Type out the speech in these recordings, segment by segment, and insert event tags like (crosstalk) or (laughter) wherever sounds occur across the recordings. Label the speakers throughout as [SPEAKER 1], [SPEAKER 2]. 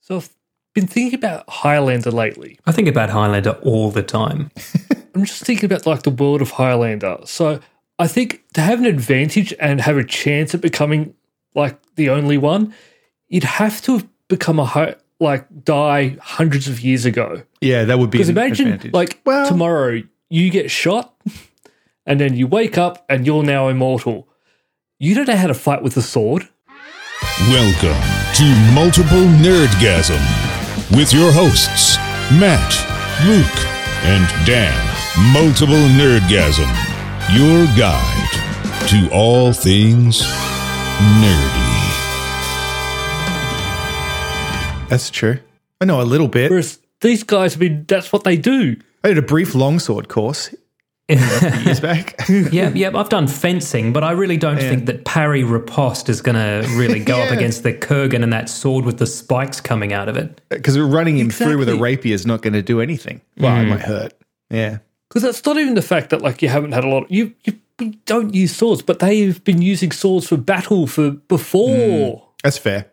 [SPEAKER 1] So I've been thinking about Highlander lately.
[SPEAKER 2] I think about Highlander all the time.
[SPEAKER 1] I'm just thinking about like the world of Highlander. So I think to have an advantage and have a chance at becoming like the only one, you'd have to have become a hi- like die hundreds of years ago.
[SPEAKER 3] Yeah, that would be
[SPEAKER 1] Because
[SPEAKER 3] an
[SPEAKER 1] imagine
[SPEAKER 3] advantage.
[SPEAKER 1] like
[SPEAKER 3] well,
[SPEAKER 1] tomorrow you get shot (laughs) and then you wake up and you're now immortal. You don't know how to fight with a sword.
[SPEAKER 4] Welcome to Multiple Nerdgasm with your hosts, Matt, Luke, and Dan. Multiple Nerdgasm, your guide to all things nerdy.
[SPEAKER 3] that's true. I know a little bit.
[SPEAKER 1] Whereas these guys, I mean, that's what they do.
[SPEAKER 3] I did a brief
[SPEAKER 2] (laughs)
[SPEAKER 3] longsword course years back. (laughs)
[SPEAKER 2] Yeah, yeah. I've done fencing, but I really don't think that parry riposte is going to
[SPEAKER 3] (laughs)
[SPEAKER 2] really go up
[SPEAKER 3] Yeah.
[SPEAKER 2] against the Kurgan and that sword with the spikes coming out of it.
[SPEAKER 3] Because running him through with a
[SPEAKER 1] Exactly.
[SPEAKER 3] rapier is not going to do anything. Well,
[SPEAKER 2] Hmm.
[SPEAKER 3] it might hurt. Yeah.
[SPEAKER 1] Because that's not even the fact that like you haven't had a lot. you you we don't use swords, but they've been using swords for battle for before.
[SPEAKER 3] That's fair.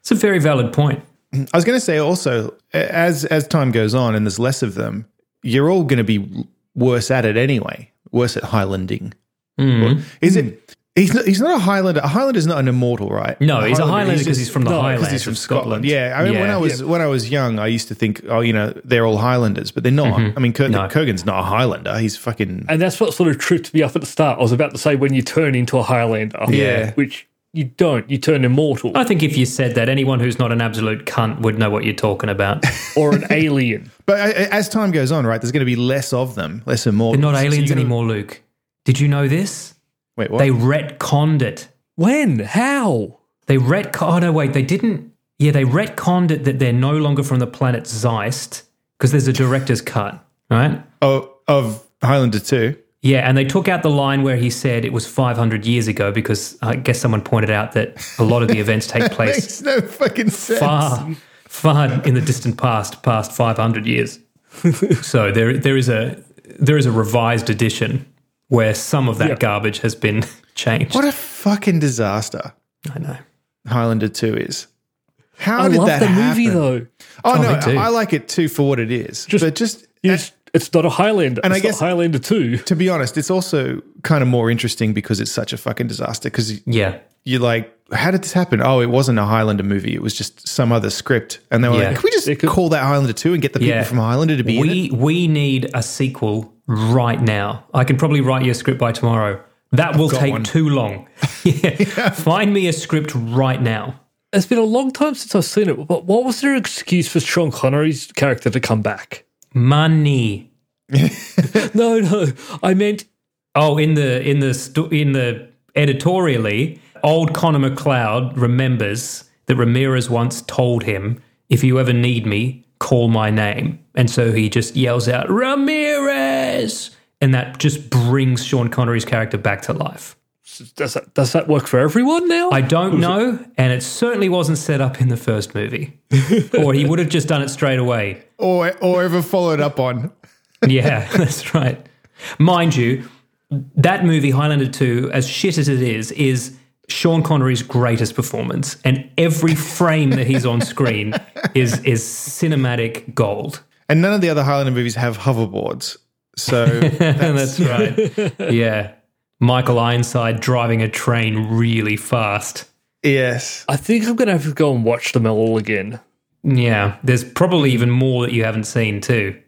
[SPEAKER 2] It's a very valid point.
[SPEAKER 3] I was going to say also, a- as as time goes on and there's less of them, you're all going to be worse at it anyway. Worse at Highlanding.
[SPEAKER 2] Hmm.
[SPEAKER 3] Or- Is it? He's not, he's not a Highlander. A Highlander's not an immortal, right?
[SPEAKER 2] No, he's a Highlander because
[SPEAKER 3] just-
[SPEAKER 2] he's, from the
[SPEAKER 1] no, 'cause
[SPEAKER 2] Highlands.
[SPEAKER 3] because he's from
[SPEAKER 2] of
[SPEAKER 3] Scotland. Yeah, I mean, when
[SPEAKER 2] Yeah.
[SPEAKER 3] I was when I was young, I used to think, oh, you know, they're all Highlanders, but they're not. I mean, Kur-
[SPEAKER 2] No.
[SPEAKER 3] Kurgan's not a Highlander. He's fucking.
[SPEAKER 1] And that's what sort of tripped me up at the start. I was about to say when you turn into a Highlander,
[SPEAKER 3] Yeah.
[SPEAKER 1] which you don't. You turn immortal
[SPEAKER 2] I think if you said that, anyone who's not an absolute cunt would know what you're talking
[SPEAKER 3] (laughs)
[SPEAKER 2] about.
[SPEAKER 1] or an alien.
[SPEAKER 3] But I, I- as time goes on, right, there's going to be less of them, less
[SPEAKER 2] They're
[SPEAKER 3] immortals.
[SPEAKER 2] not
[SPEAKER 3] So you're
[SPEAKER 2] aliens
[SPEAKER 3] gonna-
[SPEAKER 2] anymore, Luke. Did you know this?
[SPEAKER 3] Wait, what?
[SPEAKER 2] They retconned it.
[SPEAKER 1] (laughs) When? How?
[SPEAKER 2] They retcon. Oh no, wait, they didn't. Yeah, they retconned it that they're no longer from the planet Zeist because there's a director's cut, right?
[SPEAKER 3] oh, of Highlander two.
[SPEAKER 2] Yeah, and they took out the line where he said it was 500 years ago because I guess someone pointed out that a lot of the events
[SPEAKER 3] (laughs)
[SPEAKER 2] take place
[SPEAKER 3] Makes no fucking sense.
[SPEAKER 2] far, far in the distant past, past 500
[SPEAKER 3] (laughs)
[SPEAKER 2] years. so there, there is a there is a revised edition where some of that
[SPEAKER 1] Yeah.
[SPEAKER 2] garbage has been (laughs) changed.
[SPEAKER 3] What a fucking disaster
[SPEAKER 2] I know.
[SPEAKER 3] Highlander Two is. How
[SPEAKER 1] I
[SPEAKER 3] did
[SPEAKER 1] love
[SPEAKER 3] that
[SPEAKER 1] the
[SPEAKER 3] happen?
[SPEAKER 1] movie though.
[SPEAKER 3] Oh,
[SPEAKER 2] Oh,
[SPEAKER 3] no,
[SPEAKER 2] me too.
[SPEAKER 3] I like it too for what it is.
[SPEAKER 1] Just-
[SPEAKER 3] but just
[SPEAKER 1] You just- it's not a Highlander.
[SPEAKER 3] And I
[SPEAKER 1] it's not
[SPEAKER 3] guess-
[SPEAKER 1] Highlander two.
[SPEAKER 3] to be honest, it's also kind of more interesting because it's such a fucking disaster. Because
[SPEAKER 2] Yeah.
[SPEAKER 3] you're like, how did this happen? Oh, it wasn't a Highlander movie. It was just some other script. And they were
[SPEAKER 2] Yeah.
[SPEAKER 3] like, can we just
[SPEAKER 1] It could-
[SPEAKER 3] call that Highlander 2 and get the people
[SPEAKER 2] Yeah.
[SPEAKER 3] from Highlander to be in it?
[SPEAKER 2] We we need a sequel right now. I can probably write you a script by tomorrow. That will
[SPEAKER 3] got
[SPEAKER 2] take
[SPEAKER 3] one.
[SPEAKER 2] too
[SPEAKER 3] (laughs)
[SPEAKER 2] long. (laughs) yeah. Find me a script right now.
[SPEAKER 1] It's been a long time since I've seen it. But what was their excuse for Sean Connery's character to come back?
[SPEAKER 2] Money.
[SPEAKER 1] No, no, I meant
[SPEAKER 2] Oh, in the in the sto- in the editorially, old Connor McLeod remembers that Ramirez once told him, "If you ever need me, call my name." And so he just yells out, "Ramirez!" And that just brings Sean Connery's character back to life.
[SPEAKER 1] does that does that work for everyone now?
[SPEAKER 2] I don't know, and it certainly wasn't set up in the first movie, or he would have just done it straight away.
[SPEAKER 3] Or, or ever followed up on.
[SPEAKER 2] Yeah, (laughs) that's right. Mind you, that movie Highlander Two, as shit as it is, is Sean Connery's greatest performance, and every frame that he's on
[SPEAKER 3] (laughs)
[SPEAKER 2] screen is is cinematic gold. (laughs)
[SPEAKER 3] And none of the other Highlander movies have hoverboards.
[SPEAKER 2] (laughs)
[SPEAKER 3] So
[SPEAKER 2] That's right. Yeah, Michael Ironside driving a train really fast.
[SPEAKER 3] yes,
[SPEAKER 1] I think I'm gonna have to go and watch them all again.
[SPEAKER 2] Yeah, there's probably even more that you haven't seen too.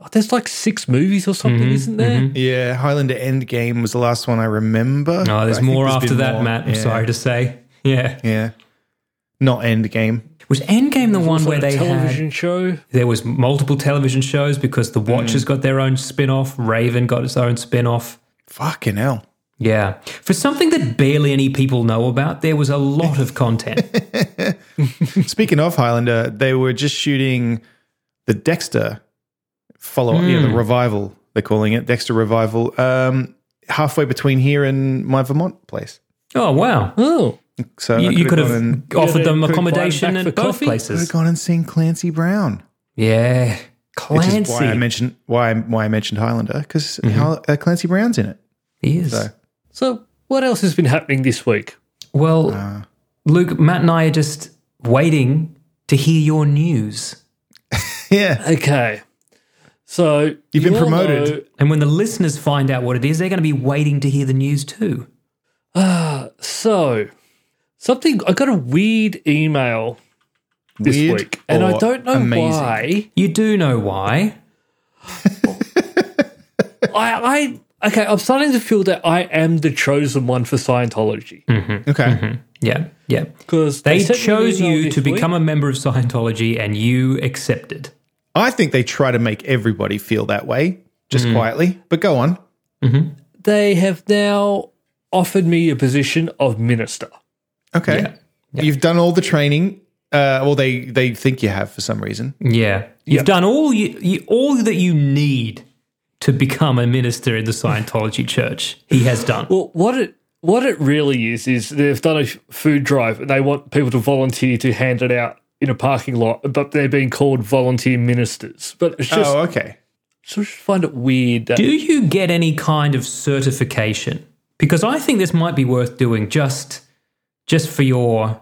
[SPEAKER 1] Oh, there's like six movies or
[SPEAKER 3] Mm-hmm,
[SPEAKER 1] something, isn't there?
[SPEAKER 3] yeah, Highlander Endgame was the last one I remember.
[SPEAKER 2] No,
[SPEAKER 3] I
[SPEAKER 2] Oh, there's
[SPEAKER 3] think
[SPEAKER 2] more
[SPEAKER 3] there's
[SPEAKER 2] after
[SPEAKER 3] been
[SPEAKER 2] that,
[SPEAKER 3] more.
[SPEAKER 2] Matt. I'm
[SPEAKER 3] Yeah.
[SPEAKER 2] sorry to say. Yeah.
[SPEAKER 3] Yeah, not Endgame.
[SPEAKER 2] Was Endgame the one
[SPEAKER 1] Also
[SPEAKER 2] where
[SPEAKER 1] a
[SPEAKER 2] they
[SPEAKER 1] television
[SPEAKER 2] had
[SPEAKER 1] show.
[SPEAKER 2] there was multiple television shows because the Watchers got their own spin-off, Raven got its own spin-off.
[SPEAKER 3] Fucking hell.
[SPEAKER 2] Yeah. For something that barely any people know about, there was a lot of content.
[SPEAKER 3] Speaking of Highlander, they were just shooting the Dexter follow up, yeah,
[SPEAKER 2] Hmm.
[SPEAKER 3] the revival, they're calling it Dexter Revival, um, halfway between here and my Vermont place.
[SPEAKER 2] oh wow.
[SPEAKER 1] Oh,
[SPEAKER 3] So
[SPEAKER 2] You,
[SPEAKER 3] I
[SPEAKER 2] you could
[SPEAKER 3] gone and,
[SPEAKER 2] have offered
[SPEAKER 1] Yeah,
[SPEAKER 2] them
[SPEAKER 1] they could have gone
[SPEAKER 2] accommodation
[SPEAKER 1] back
[SPEAKER 2] in
[SPEAKER 1] for
[SPEAKER 2] both
[SPEAKER 1] coffee.
[SPEAKER 3] could have
[SPEAKER 2] places.
[SPEAKER 3] gone and seen Clancy Brown.
[SPEAKER 2] Yeah.
[SPEAKER 3] Which
[SPEAKER 2] Clancy. Mm-hmm.
[SPEAKER 3] is why I mentioned why I, why I mentioned Highlander because uh, Clancy Brown's in it.
[SPEAKER 2] he is.
[SPEAKER 1] so what else has been happening this week?
[SPEAKER 2] Well, Luke, Matt and I are just waiting to to hear your news.
[SPEAKER 3] Yeah.
[SPEAKER 1] Okay. So
[SPEAKER 3] You've been
[SPEAKER 1] you all
[SPEAKER 3] promoted.
[SPEAKER 1] know-
[SPEAKER 2] And when the listeners find out what it is, they're going to be waiting to hear the news too.
[SPEAKER 1] so something I got a weird email this
[SPEAKER 3] Weird
[SPEAKER 1] week, and I
[SPEAKER 3] or
[SPEAKER 1] don't know
[SPEAKER 3] amazing? (laughs)
[SPEAKER 1] why.
[SPEAKER 2] You do know why.
[SPEAKER 1] I, I okay, I'm starting to feel that I am the chosen one for Scientology
[SPEAKER 3] (laughs) Hmm. Okay.
[SPEAKER 2] Mm-hmm. Yeah, yeah.
[SPEAKER 1] because
[SPEAKER 2] They chose you to become a member of Scientology and you accepted.
[SPEAKER 3] I think they try to make everybody feel that way,
[SPEAKER 2] Mm.
[SPEAKER 3] just quietly. But go on.
[SPEAKER 1] They have now offered me a position of minister.
[SPEAKER 3] Okay.
[SPEAKER 2] Yeah.
[SPEAKER 3] You've done all the training. Uh, well, they they think you have for some reason.
[SPEAKER 2] Yeah. You've done all you, you all that you need to become a minister in the Scientology church. He has done.
[SPEAKER 1] Well, what it what it really is is they've done a f- food drive and they want people to volunteer to hand it out in a parking lot, but they're being called volunteer ministers. But it's just
[SPEAKER 3] oh, okay.
[SPEAKER 1] so I just find it weird that
[SPEAKER 2] Do you get any kind of certification? Because I think this might be worth doing just just for your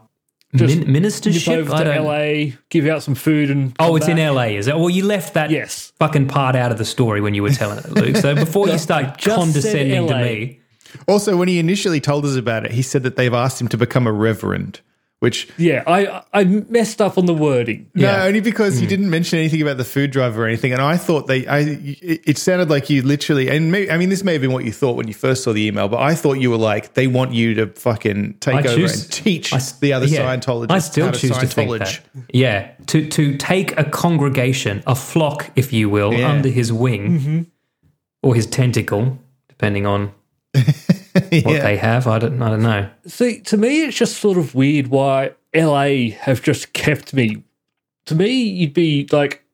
[SPEAKER 1] Just
[SPEAKER 2] min-
[SPEAKER 1] you go
[SPEAKER 2] ministership.
[SPEAKER 1] over to LA, give out some food, and
[SPEAKER 2] Oh,
[SPEAKER 1] come
[SPEAKER 2] it's in
[SPEAKER 1] back.
[SPEAKER 2] LA, is it? Well, you left that
[SPEAKER 1] Yes.
[SPEAKER 2] fucking part out of the story when you were telling it, Luke. So
[SPEAKER 1] (laughs)
[SPEAKER 2] before you start
[SPEAKER 1] just said
[SPEAKER 2] condescending to
[SPEAKER 1] LA.
[SPEAKER 2] me,
[SPEAKER 3] Also, when he initially told us about it, he said that they've asked him to become a reverend, which
[SPEAKER 1] Yeah, I I messed up on the wording.
[SPEAKER 3] no,
[SPEAKER 2] Yeah. Hmm.
[SPEAKER 3] only because you didn't mention anything about the food drive or anything. And I thought they, I, it it sounded like you literally, and maybe, I mean, this may have been what you thought when you first saw the email, but I thought you were like, they want you to fucking take
[SPEAKER 2] I
[SPEAKER 3] over
[SPEAKER 2] choose
[SPEAKER 3] and teach
[SPEAKER 2] I s-
[SPEAKER 3] the other
[SPEAKER 2] yeah,
[SPEAKER 3] Scientologists.
[SPEAKER 2] I still
[SPEAKER 3] how to
[SPEAKER 2] choose to think
[SPEAKER 3] Scientology.
[SPEAKER 2] that. Yeah, to to take a congregation, a flock, if you will,
[SPEAKER 3] Yeah. Mm-hmm.
[SPEAKER 2] under his wing or his tentacle, depending
[SPEAKER 3] (laughs)
[SPEAKER 2] on what
[SPEAKER 3] Yeah.
[SPEAKER 2] they have. I don't I don't know.
[SPEAKER 1] See, to me, it's just sort of weird why LA have just kept me. To me, you'd be like,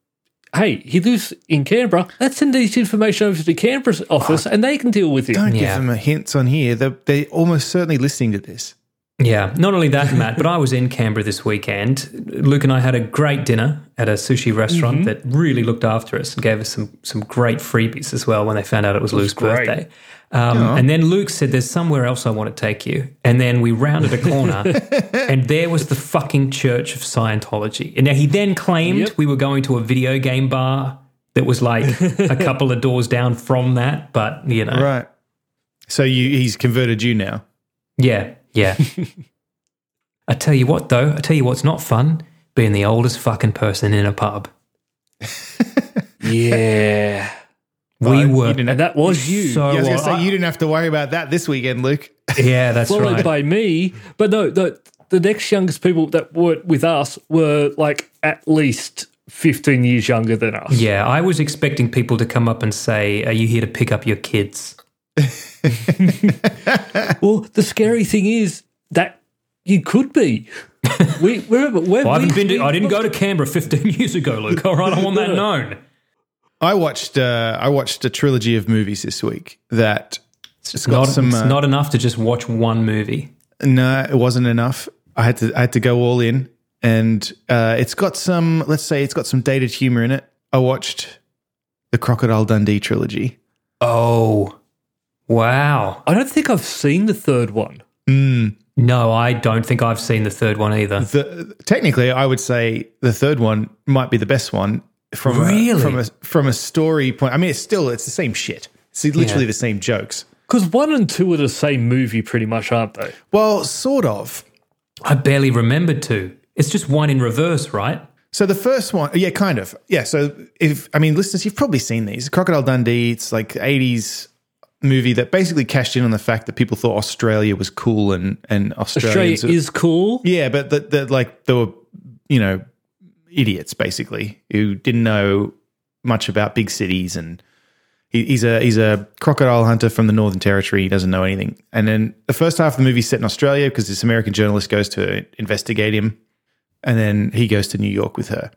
[SPEAKER 1] hey, he lives in Canberra. Let's send this information over to the Canberra office and they can deal with it. (laughs)
[SPEAKER 3] Don't
[SPEAKER 2] Yeah.
[SPEAKER 3] give them a hints on here. They're, they're almost certainly listening to this.
[SPEAKER 2] Yeah, not only that, Matt, but I was in Canberra this weekend. Luke and I had a great dinner at a sushi
[SPEAKER 1] Mm-hmm.
[SPEAKER 2] restaurant that really looked after us and gave us some some great freebies as well when they found out it was Luke's
[SPEAKER 1] great.
[SPEAKER 2] birthday. Um, And then Luke said, "There's somewhere else I want to take you." And then we rounded a
[SPEAKER 1] (laughs)
[SPEAKER 2] corner, and there was the fucking Church of Scientology. And now he then claimed
[SPEAKER 1] Yep.
[SPEAKER 2] we were going to a video game bar that was like a couple of doors down from that, but you know,
[SPEAKER 3] Right. So you, he's converted you now.
[SPEAKER 2] yeah,
[SPEAKER 3] (laughs)
[SPEAKER 2] yeah. I tell you what, though, I tell you what's not fun being the oldest fucking person in a pub.
[SPEAKER 1] Yeah.
[SPEAKER 2] we
[SPEAKER 3] you
[SPEAKER 2] were
[SPEAKER 3] didn't-
[SPEAKER 1] And that was you.
[SPEAKER 2] so
[SPEAKER 3] Yeah, I was going to
[SPEAKER 2] old.
[SPEAKER 3] say, you didn't have to worry about that this weekend, Luke.
[SPEAKER 2] yeah, that's
[SPEAKER 1] Followed
[SPEAKER 2] right.
[SPEAKER 1] by me. But no, the, the next youngest people that were with us were like at least 15 years younger than us.
[SPEAKER 2] yeah, I was expecting people to come up and say, "Are you here to pick up your kids?"
[SPEAKER 1] Well, the scary thing is that you could
[SPEAKER 2] (laughs)
[SPEAKER 1] be. We, remember, when
[SPEAKER 2] I
[SPEAKER 1] we-
[SPEAKER 2] haven't been.
[SPEAKER 1] we
[SPEAKER 2] To, I didn't
[SPEAKER 1] booked
[SPEAKER 2] go to Canberra 15 (laughs) years ago, Luke. All right, I want
[SPEAKER 3] (laughs)
[SPEAKER 2] that known.
[SPEAKER 3] I watched uh, I watched a trilogy of movies this week that it's got
[SPEAKER 2] Not,
[SPEAKER 3] some.
[SPEAKER 2] it's
[SPEAKER 3] uh,
[SPEAKER 2] not enough to just watch one movie.
[SPEAKER 3] no, it wasn't enough. I had to I had to go all in, and uh, it's got some. Let's say it's got some dated humor in it. I watched the Crocodile Dundee trilogy.
[SPEAKER 2] Oh, wow.
[SPEAKER 1] I don't think I've seen the third one.
[SPEAKER 2] No, I don't think I've seen the third one either.
[SPEAKER 3] The, technically, I would say the third one might be the best one from a,
[SPEAKER 2] Really?
[SPEAKER 3] from a from a story point. I mean, it's still it's the same shit. It's literally
[SPEAKER 2] Yeah.
[SPEAKER 3] the same jokes.
[SPEAKER 1] Because one and two are the same movie, pretty much, aren't they?
[SPEAKER 3] Well, sort of.
[SPEAKER 2] I barely remembered two. It's just one in reverse, right?
[SPEAKER 3] So the first one, yeah, kind of, yeah. So if I mean, listeners, you've probably seen these Crocodile Dundee. It's like '80s movie that basically cashed in on the fact that people thought Australia was cool and and
[SPEAKER 1] Australia
[SPEAKER 3] Australians,
[SPEAKER 1] is cool.
[SPEAKER 3] yeah, but that that like there were you know idiots basically who didn't know much about big cities and he, he's a he's a crocodile hunter from the Northern Territory. He doesn't know anything. And then the first half of the movie's set in Australia because this American journalist goes to investigate him, and then he goes to New York with her.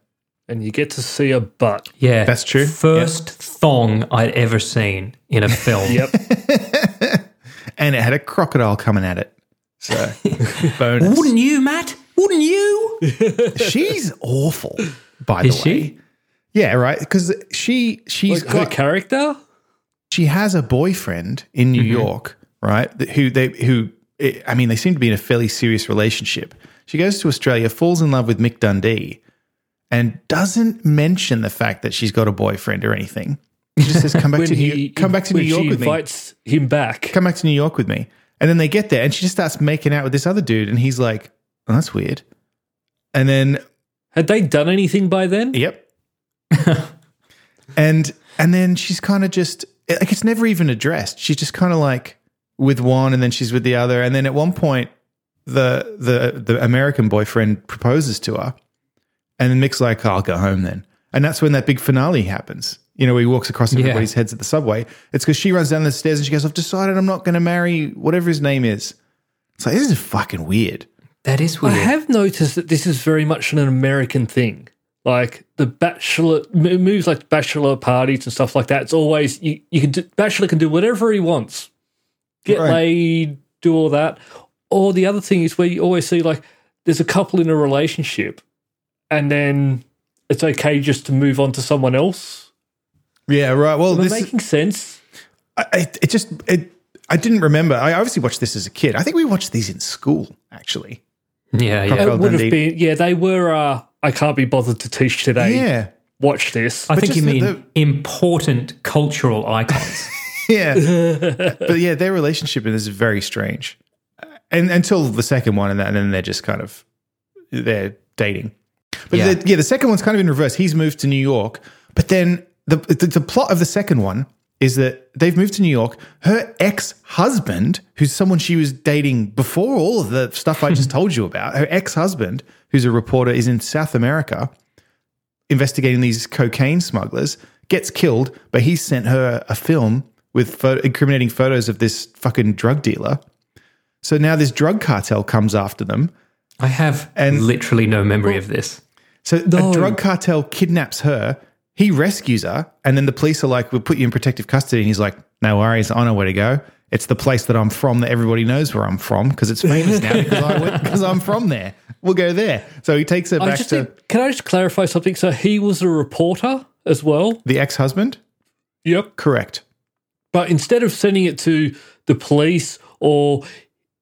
[SPEAKER 1] And you get to see a butt.
[SPEAKER 2] Yeah.
[SPEAKER 3] That's true.
[SPEAKER 2] First thong I'd ever seen in a
[SPEAKER 3] (laughs)
[SPEAKER 2] film.
[SPEAKER 1] Yep.
[SPEAKER 3] and it had a crocodile coming at it.
[SPEAKER 2] (laughs)
[SPEAKER 3] So bonus.
[SPEAKER 2] Wouldn't you, Matt? Wouldn't you?
[SPEAKER 3] she's awful, by the
[SPEAKER 2] Is
[SPEAKER 3] way.
[SPEAKER 2] she?
[SPEAKER 3] Yeah, right. Because she she's
[SPEAKER 1] like her
[SPEAKER 3] got,
[SPEAKER 1] character?
[SPEAKER 3] she has a boyfriend in
[SPEAKER 2] Mm-hmm.
[SPEAKER 3] New York, right? that- Who they who eh, I mean, they seem to be in a fairly serious relationship. She goes to Australia, falls in love with Mick Dundee, and doesn't mention the fact that she's got a boyfriend or anything. She just says, "Come back to New, come back to New
[SPEAKER 1] when
[SPEAKER 3] York
[SPEAKER 1] she
[SPEAKER 3] with me.
[SPEAKER 1] invites him back.
[SPEAKER 3] Come back to New York with me." And then they get there, and she just starts making out with this other dude, and he's like, oh, "That's weird." And then,
[SPEAKER 1] Had they done anything by then?
[SPEAKER 3] yep. (laughs) and and then she's kind of just like it's never even addressed. She's just kind of like with one, and then she's with the other, and then at one point, the the the American boyfriend proposes to her, and then Mick's like, "I'll go home then," and that's when that big finale happens. You know, where he walks across everybody's heads at the subway. It's because she runs down the stairs and she goes, "I've decided I'm not going to marry whatever his name is." It's like this is fucking weird.
[SPEAKER 2] That is
[SPEAKER 1] I
[SPEAKER 2] weird.
[SPEAKER 1] have noticed that this is very much an American thing. Like the bachelor m- moves, like bachelor parties and stuff like that. It's always you, you can do, bachelor can do whatever he wants, get
[SPEAKER 3] Right.
[SPEAKER 1] laid, do all that. Or the other thing is where you always see like there's a couple in a relationship, and then it's okay just to move on to someone else.
[SPEAKER 3] Yeah, right. Well,
[SPEAKER 1] Am I
[SPEAKER 3] this
[SPEAKER 1] making sense?
[SPEAKER 3] I, I- it just it. I didn't remember. I obviously watched this as a kid. I think we watched these in school, actually.
[SPEAKER 2] yeah, yeah.
[SPEAKER 3] Crocodile
[SPEAKER 1] It would have
[SPEAKER 3] Dundee.
[SPEAKER 1] been yeah. They were. Uh, I can't be bothered to teach today.
[SPEAKER 3] Yeah,
[SPEAKER 1] Watch this.
[SPEAKER 2] I think
[SPEAKER 3] just
[SPEAKER 2] you
[SPEAKER 3] the-
[SPEAKER 2] mean
[SPEAKER 3] the-
[SPEAKER 2] important cultural
[SPEAKER 3] (laughs)
[SPEAKER 2] icons.
[SPEAKER 3] yeah. but yeah, their relationship is very strange, and until the second one, and, that, and then they're just kind of they're dating. But
[SPEAKER 2] Yeah.
[SPEAKER 3] the, yeah, the second one's kind of in reverse. He's moved to New York, but then the, the the plot of the second one is that they've moved to New York. Her ex husband, who's someone she was dating before all of the stuff I just told you about, her ex husband, who's a reporter, is in South America investigating these cocaine smugglers, gets killed, but he sent her a film with photo- incriminating photos of this fucking drug dealer. So now this drug cartel comes after them.
[SPEAKER 2] I have
[SPEAKER 3] And-
[SPEAKER 2] literally no memory of this.
[SPEAKER 3] So the drug cartel kidnaps her. He rescues her, and then the police are like, "We'll put you in protective custody." And he's like, "No worries, I know where to go. It's the place that I'm from, that everybody knows where I'm from, because it's famous now because I went, because I'm from there. We'll go there." So he takes her
[SPEAKER 1] I
[SPEAKER 3] back
[SPEAKER 1] just
[SPEAKER 3] to
[SPEAKER 1] think- can I just clarify something? So he was a reporter as well.
[SPEAKER 3] the ex-husband.
[SPEAKER 1] Yep.
[SPEAKER 3] Correct.
[SPEAKER 1] But instead of sending it to the police or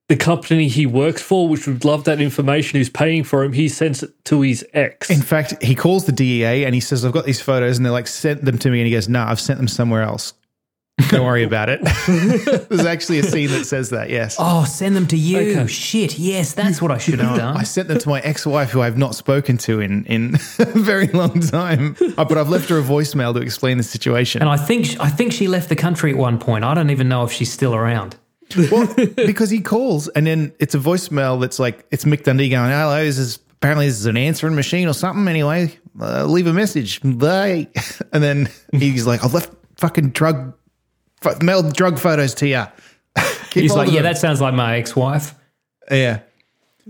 [SPEAKER 1] the company he works for, which would love that information, who's paying for him, he sends it to his ex.
[SPEAKER 3] In fact, he calls the DEA and he says, I've got these photos. And they're like, sent them to me. And he goes, nah, I've sent them somewhere else. Don't worry about it. (laughs) There's actually a scene that says that, yes.
[SPEAKER 2] Oh, send them to you.
[SPEAKER 1] Okay.
[SPEAKER 2] Shit, yes, that's what I should have
[SPEAKER 3] Um, (laughs) I
[SPEAKER 2] done.
[SPEAKER 3] sent them to my ex wife, who I've not spoken to in, in (laughs) a very long time. Uh, But I've left her a voicemail to explain the situation.
[SPEAKER 2] And I think I think she left the country at one point. I don't even know if she's still around.
[SPEAKER 3] well, because he calls and then it's a voicemail that's like it's Mick Dundee going, "Hello, this is apparently this is an answering machine or something." Anyway, uh, leave a message. Bye. (laughs) And then he's like, "I've left fucking drug f- mail drug photos to you." (laughs) Keep
[SPEAKER 2] He's
[SPEAKER 3] hold
[SPEAKER 2] like,
[SPEAKER 3] of
[SPEAKER 2] yeah,
[SPEAKER 3] them."
[SPEAKER 2] that sounds like my ex-wife.
[SPEAKER 3] yeah,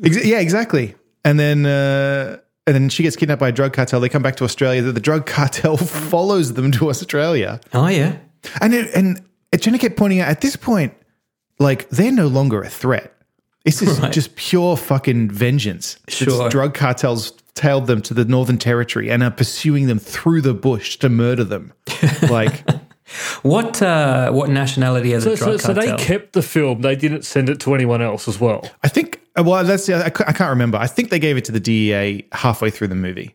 [SPEAKER 3] Ex- yeah, exactly. And then. Uh, and then she gets kidnapped by a drug cartel. They come back to Australia. The, the drug cartel (laughs) follows them to Australia.
[SPEAKER 2] Oh yeah,
[SPEAKER 3] And it, and Jenna kept pointing out at this point, like they're no longer a threat. This is just pure fucking vengeance.
[SPEAKER 2] Sure.
[SPEAKER 3] It's drug cartels tailed them to the Northern Territory and are pursuing them through the bush to
[SPEAKER 2] (laughs)
[SPEAKER 3] murder them. Like,
[SPEAKER 2] What uh, what nationality are
[SPEAKER 1] so,
[SPEAKER 2] the
[SPEAKER 1] so,
[SPEAKER 2] drug
[SPEAKER 1] so they
[SPEAKER 2] cartel?
[SPEAKER 1] kept the film. They didn't send it to anyone else as well.
[SPEAKER 3] I think, uh, well, that's, the other- I, ca- I can't remember. I think they gave it to the DEA halfway through the movie.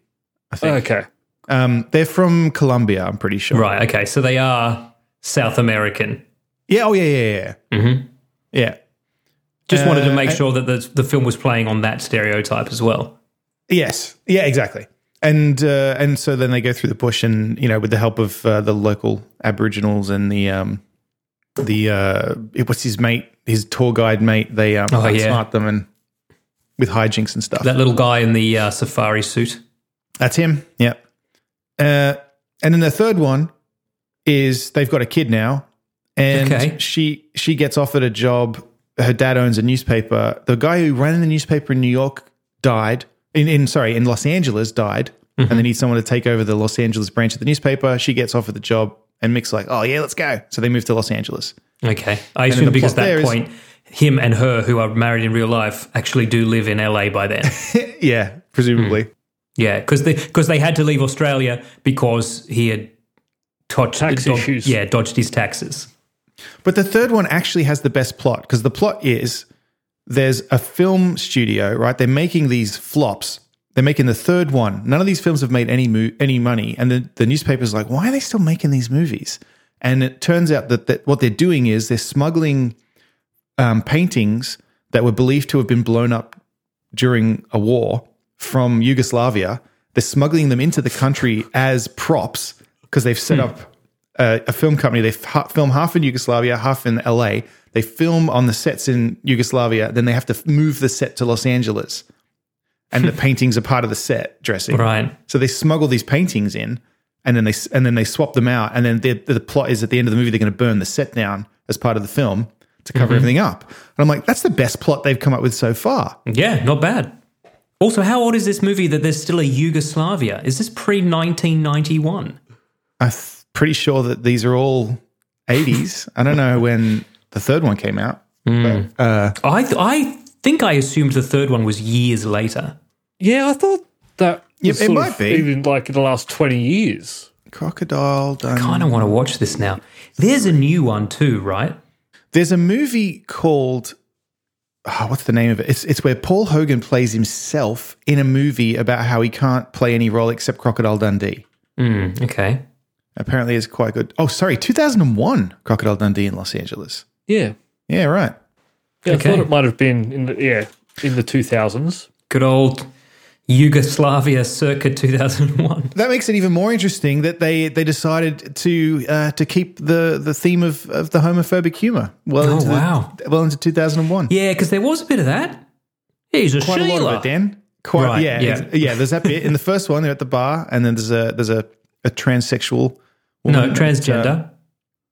[SPEAKER 1] Okay.
[SPEAKER 3] Um, they're from Colombia, I'm pretty sure.
[SPEAKER 2] right. Okay. So they are South American.
[SPEAKER 3] Yeah. Oh, yeah, yeah, yeah. Mm-hmm. Yeah.
[SPEAKER 2] Just wanted to make
[SPEAKER 3] Uh, I-
[SPEAKER 2] sure that the, the film was playing on that stereotype as well.
[SPEAKER 3] Yes. Yeah. Exactly. And uh, and so then they go through the bush, and you know, with the help of uh, the local Aboriginals and the um, the uh, it- what's his mate, his tour guide mate, they um,
[SPEAKER 2] Oh,
[SPEAKER 3] outsmart
[SPEAKER 2] yeah.
[SPEAKER 3] them and with hijinks and stuff.
[SPEAKER 2] That little guy in the uh, safari suit.
[SPEAKER 3] That's him. Yeah. Uh, and then the third one is they've got a kid now, and
[SPEAKER 2] Okay.
[SPEAKER 3] she she gets offered a job. Her dad owns a newspaper. The guy who ran the newspaper in New York died. In, in sorry, in Los Angeles died, and they need someone to take over the Los Angeles branch of the newspaper. She gets offered the job, and Mick's like, "Oh yeah, let's go." So they move to Los Angeles.
[SPEAKER 2] Okay. I
[SPEAKER 3] then the
[SPEAKER 2] assume because
[SPEAKER 3] plot
[SPEAKER 2] at
[SPEAKER 3] there
[SPEAKER 2] that
[SPEAKER 3] is-
[SPEAKER 2] point, him and her, who are married in real life, actually do live in LA by
[SPEAKER 3] (laughs)
[SPEAKER 2] then.
[SPEAKER 3] yeah, presumably.
[SPEAKER 2] yeah, because they because they had to leave Australia because he had dodged
[SPEAKER 1] Tax
[SPEAKER 2] dod-
[SPEAKER 1] issues.
[SPEAKER 2] Yeah, dodged his taxes.
[SPEAKER 3] But the third one actually has the best plot because the plot is there's a film studio, right? They're making these flops They're making the third one. None of these films have made any mo- any money, and the, the newspaper's like, why are they still making these movies? And it turns out that, that what they're doing is they're smuggling um, paintings that were believed to have been blown up during a war from Yugoslavia. They're smuggling them into the country as props because they've set up a, a film company. They f- film half in Yugoslavia, half in LA. They film on the sets in Yugoslavia, then they have to f- move the set to Los Angeles. And the paintings are part of the set dressing.
[SPEAKER 2] Right.
[SPEAKER 3] So they smuggle these paintings in, and then they and then they swap them out, and then the the plot is at the end of the movie they're going to burn the set down as part of the film to cover everything up. And I'm like, that's the best plot they've come up with so far.
[SPEAKER 2] Yeah, not bad. Also, how old is this movie that there's still a Yugoslavia? Is this pre 1991?
[SPEAKER 3] I'm th- pretty sure that these are all 80s. I don't know when the third one came out.
[SPEAKER 2] I, th- I think I assumed the third one was years later.
[SPEAKER 1] Yeah, I thought that was
[SPEAKER 3] it
[SPEAKER 1] sort
[SPEAKER 3] might
[SPEAKER 1] of
[SPEAKER 3] be.
[SPEAKER 1] even like in the last twenty years.
[SPEAKER 3] Crocodile. Dun-
[SPEAKER 2] I don't want to watch this now. There's a new one too, right?
[SPEAKER 3] There's a movie called oh, what's the name of it? It's it's where Paul Hogan plays himself in a movie about how he can't play any role except Crocodile Dundee.
[SPEAKER 2] Mm, okay.
[SPEAKER 3] Apparently, it's quite good. Oh, sorry, 2001 Crocodile Dundee in Los Angeles.
[SPEAKER 1] Yeah,
[SPEAKER 3] Yeah, right.
[SPEAKER 1] yeah.
[SPEAKER 2] Okay.
[SPEAKER 1] I thought it might have been in the, yeah in the two thousands.
[SPEAKER 2] Good old Yugoslavia circa 2001.
[SPEAKER 3] That makes it even more interesting that they they decided to uh, to keep the the theme of, of the homophobic humor. Well,
[SPEAKER 2] Oh,
[SPEAKER 3] into the-
[SPEAKER 2] wow.
[SPEAKER 3] well into 2001.
[SPEAKER 2] Yeah, because there was a bit of that. He's a
[SPEAKER 3] quite
[SPEAKER 2] Sheila.
[SPEAKER 3] a lot of it, Dan. Quite,
[SPEAKER 2] Right,
[SPEAKER 3] yeah,
[SPEAKER 2] yeah.
[SPEAKER 3] it's- yeah. There's that bit in the first one. They're at the bar, and then there's a there's a, a transsexual,
[SPEAKER 2] No, transgender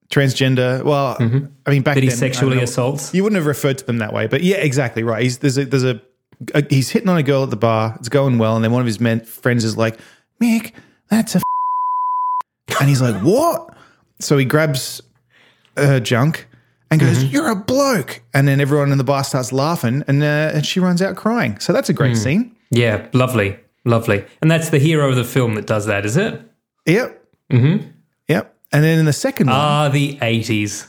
[SPEAKER 3] transgender. Well, I mean,
[SPEAKER 2] Mm-hmm. that he
[SPEAKER 3] back Uh, then, uh, I don't
[SPEAKER 2] sexually
[SPEAKER 3] know.
[SPEAKER 2] assaults.
[SPEAKER 3] You wouldn't have referred to them that way, but yeah, exactly right. He's there's a there's a, a- he's hitting on a girl at the bar. It's going well, and then one of his men friends is like, "Mick, that's a," and he's like, "What?" So he grabs her junk and goes, "You're a bloke," and then everyone in the bar starts laughing, and uh, and she runs out crying. So that's a great scene.
[SPEAKER 2] Yeah, lovely, lovely. And that's the hero of the film that does that, is it?
[SPEAKER 3] Yep. Mm-hmm. Yep. And then in the second one,
[SPEAKER 2] Ah, the 80s.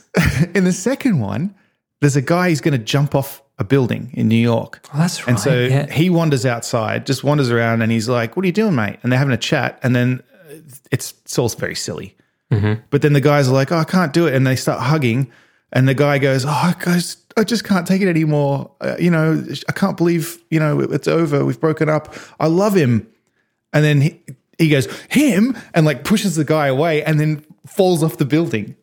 [SPEAKER 3] in the second one, there's a guy who's going to jump off a building in New York.
[SPEAKER 2] Oh, that's right.
[SPEAKER 3] And so
[SPEAKER 2] yeah.
[SPEAKER 3] he wanders outside, just wanders around, and he's like, "What are you doing, mate?" And they're having a chat, and then uh, it's, it's all very silly.
[SPEAKER 2] Mm-hmm.
[SPEAKER 3] But then the guys are like, "Oh, I can't do it," and they start hugging, and the guy goes, "Oh, I just, I just can't take it anymore. Uh, you know, I can't believe you know it- it's over. We've broken up. I love him." And then he, he goes, "Him," and like pushes the guy away, and then falls off the building.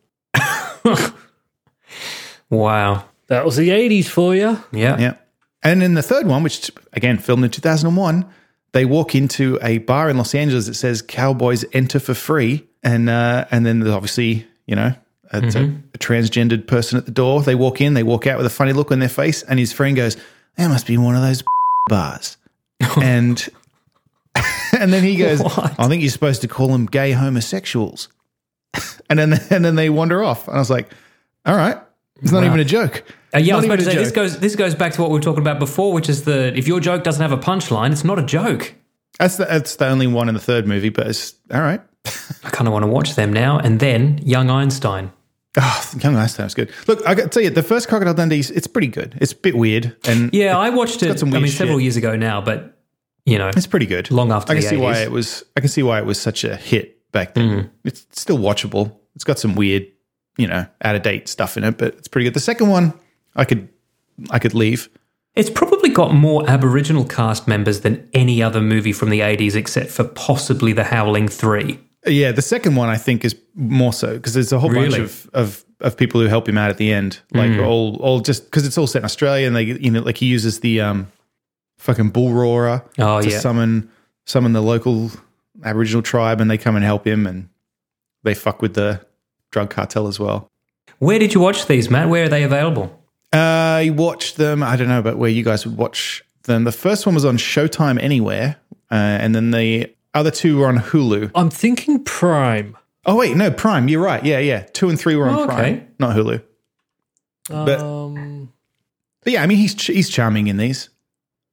[SPEAKER 2] Wow.
[SPEAKER 1] That was the eighties for you.
[SPEAKER 2] Yeah.
[SPEAKER 3] Yeah. And in the third one, which again filmed in 2001, they walk into a bar in Los Angeles that says "Cowboys enter for free," and uh, and then there's obviously you know it's
[SPEAKER 2] Mm-hmm.
[SPEAKER 3] a, a transgendered person at the door. They walk in, they walk out with a funny look on their face, and his friend goes, "That must be one of those (laughs)
[SPEAKER 2] (laughs)
[SPEAKER 3] bars," and (laughs) and then he goes,
[SPEAKER 2] What?
[SPEAKER 3] "I think you're supposed to call them gay homosexuals," (laughs) and then and then they wander off, and I was like, "All right." It's not even a joke.
[SPEAKER 2] Uh, yeah, I was about
[SPEAKER 3] Not
[SPEAKER 2] to
[SPEAKER 3] even a
[SPEAKER 2] say this
[SPEAKER 3] joke.
[SPEAKER 2] goes this goes back to what we were talking about before, which is that if your joke doesn't have a punchline, it's not a joke.
[SPEAKER 3] That's the, that's the only one in the third movie, but it's all right.
[SPEAKER 2] I kind of want to watch them now. And then Young Einstein.
[SPEAKER 3] Oh, Young Einstein's good. Look, I got to tell you, the first Crocodile Dundee, it's pretty good. It's a bit weird, and
[SPEAKER 2] Yeah, I watched
[SPEAKER 3] got
[SPEAKER 2] it. I
[SPEAKER 3] some
[SPEAKER 2] mean,
[SPEAKER 3] weird
[SPEAKER 2] several
[SPEAKER 3] shit.
[SPEAKER 2] years ago now, but you know,
[SPEAKER 3] it's pretty good.
[SPEAKER 2] Long after
[SPEAKER 3] I can
[SPEAKER 2] the
[SPEAKER 3] see why
[SPEAKER 2] 80s.
[SPEAKER 3] it was. I can see why it was such a hit back then.
[SPEAKER 2] Mm.
[SPEAKER 3] It's still watchable. It's got some weird, you know, out of date stuff in it, but it's pretty good. The second one, I could, I could leave.
[SPEAKER 2] it's probably got more Aboriginal cast members than any other movie from the '80s, except for possibly The Howling Three.
[SPEAKER 3] Yeah, the second one I think is more so because there's a whole bunch
[SPEAKER 2] Really? Mm.
[SPEAKER 3] of, of of people who help him out at the end, like all all just because it's all set in Australia and they you know like he uses the um fucking bull roarer
[SPEAKER 2] Oh,
[SPEAKER 3] to
[SPEAKER 2] yeah.
[SPEAKER 3] summon summon the local Aboriginal tribe and they come and help him and they fuck with the drug cartel as well. Uh,
[SPEAKER 2] Where did you watch these, Matt? Where are they available?
[SPEAKER 3] I watched them. I don't know about where you guys would watch them. The first one was on Showtime Anywhere, uh, and then the other two were on Hulu.
[SPEAKER 1] I'm thinking Prime.
[SPEAKER 3] Oh wait, no, Prime. You're right. Yeah, yeah. Two and three were on
[SPEAKER 2] Oh, okay.
[SPEAKER 3] Prime, not Hulu. But-
[SPEAKER 1] Um,
[SPEAKER 3] But yeah, I mean, he's ch- he's charming in these.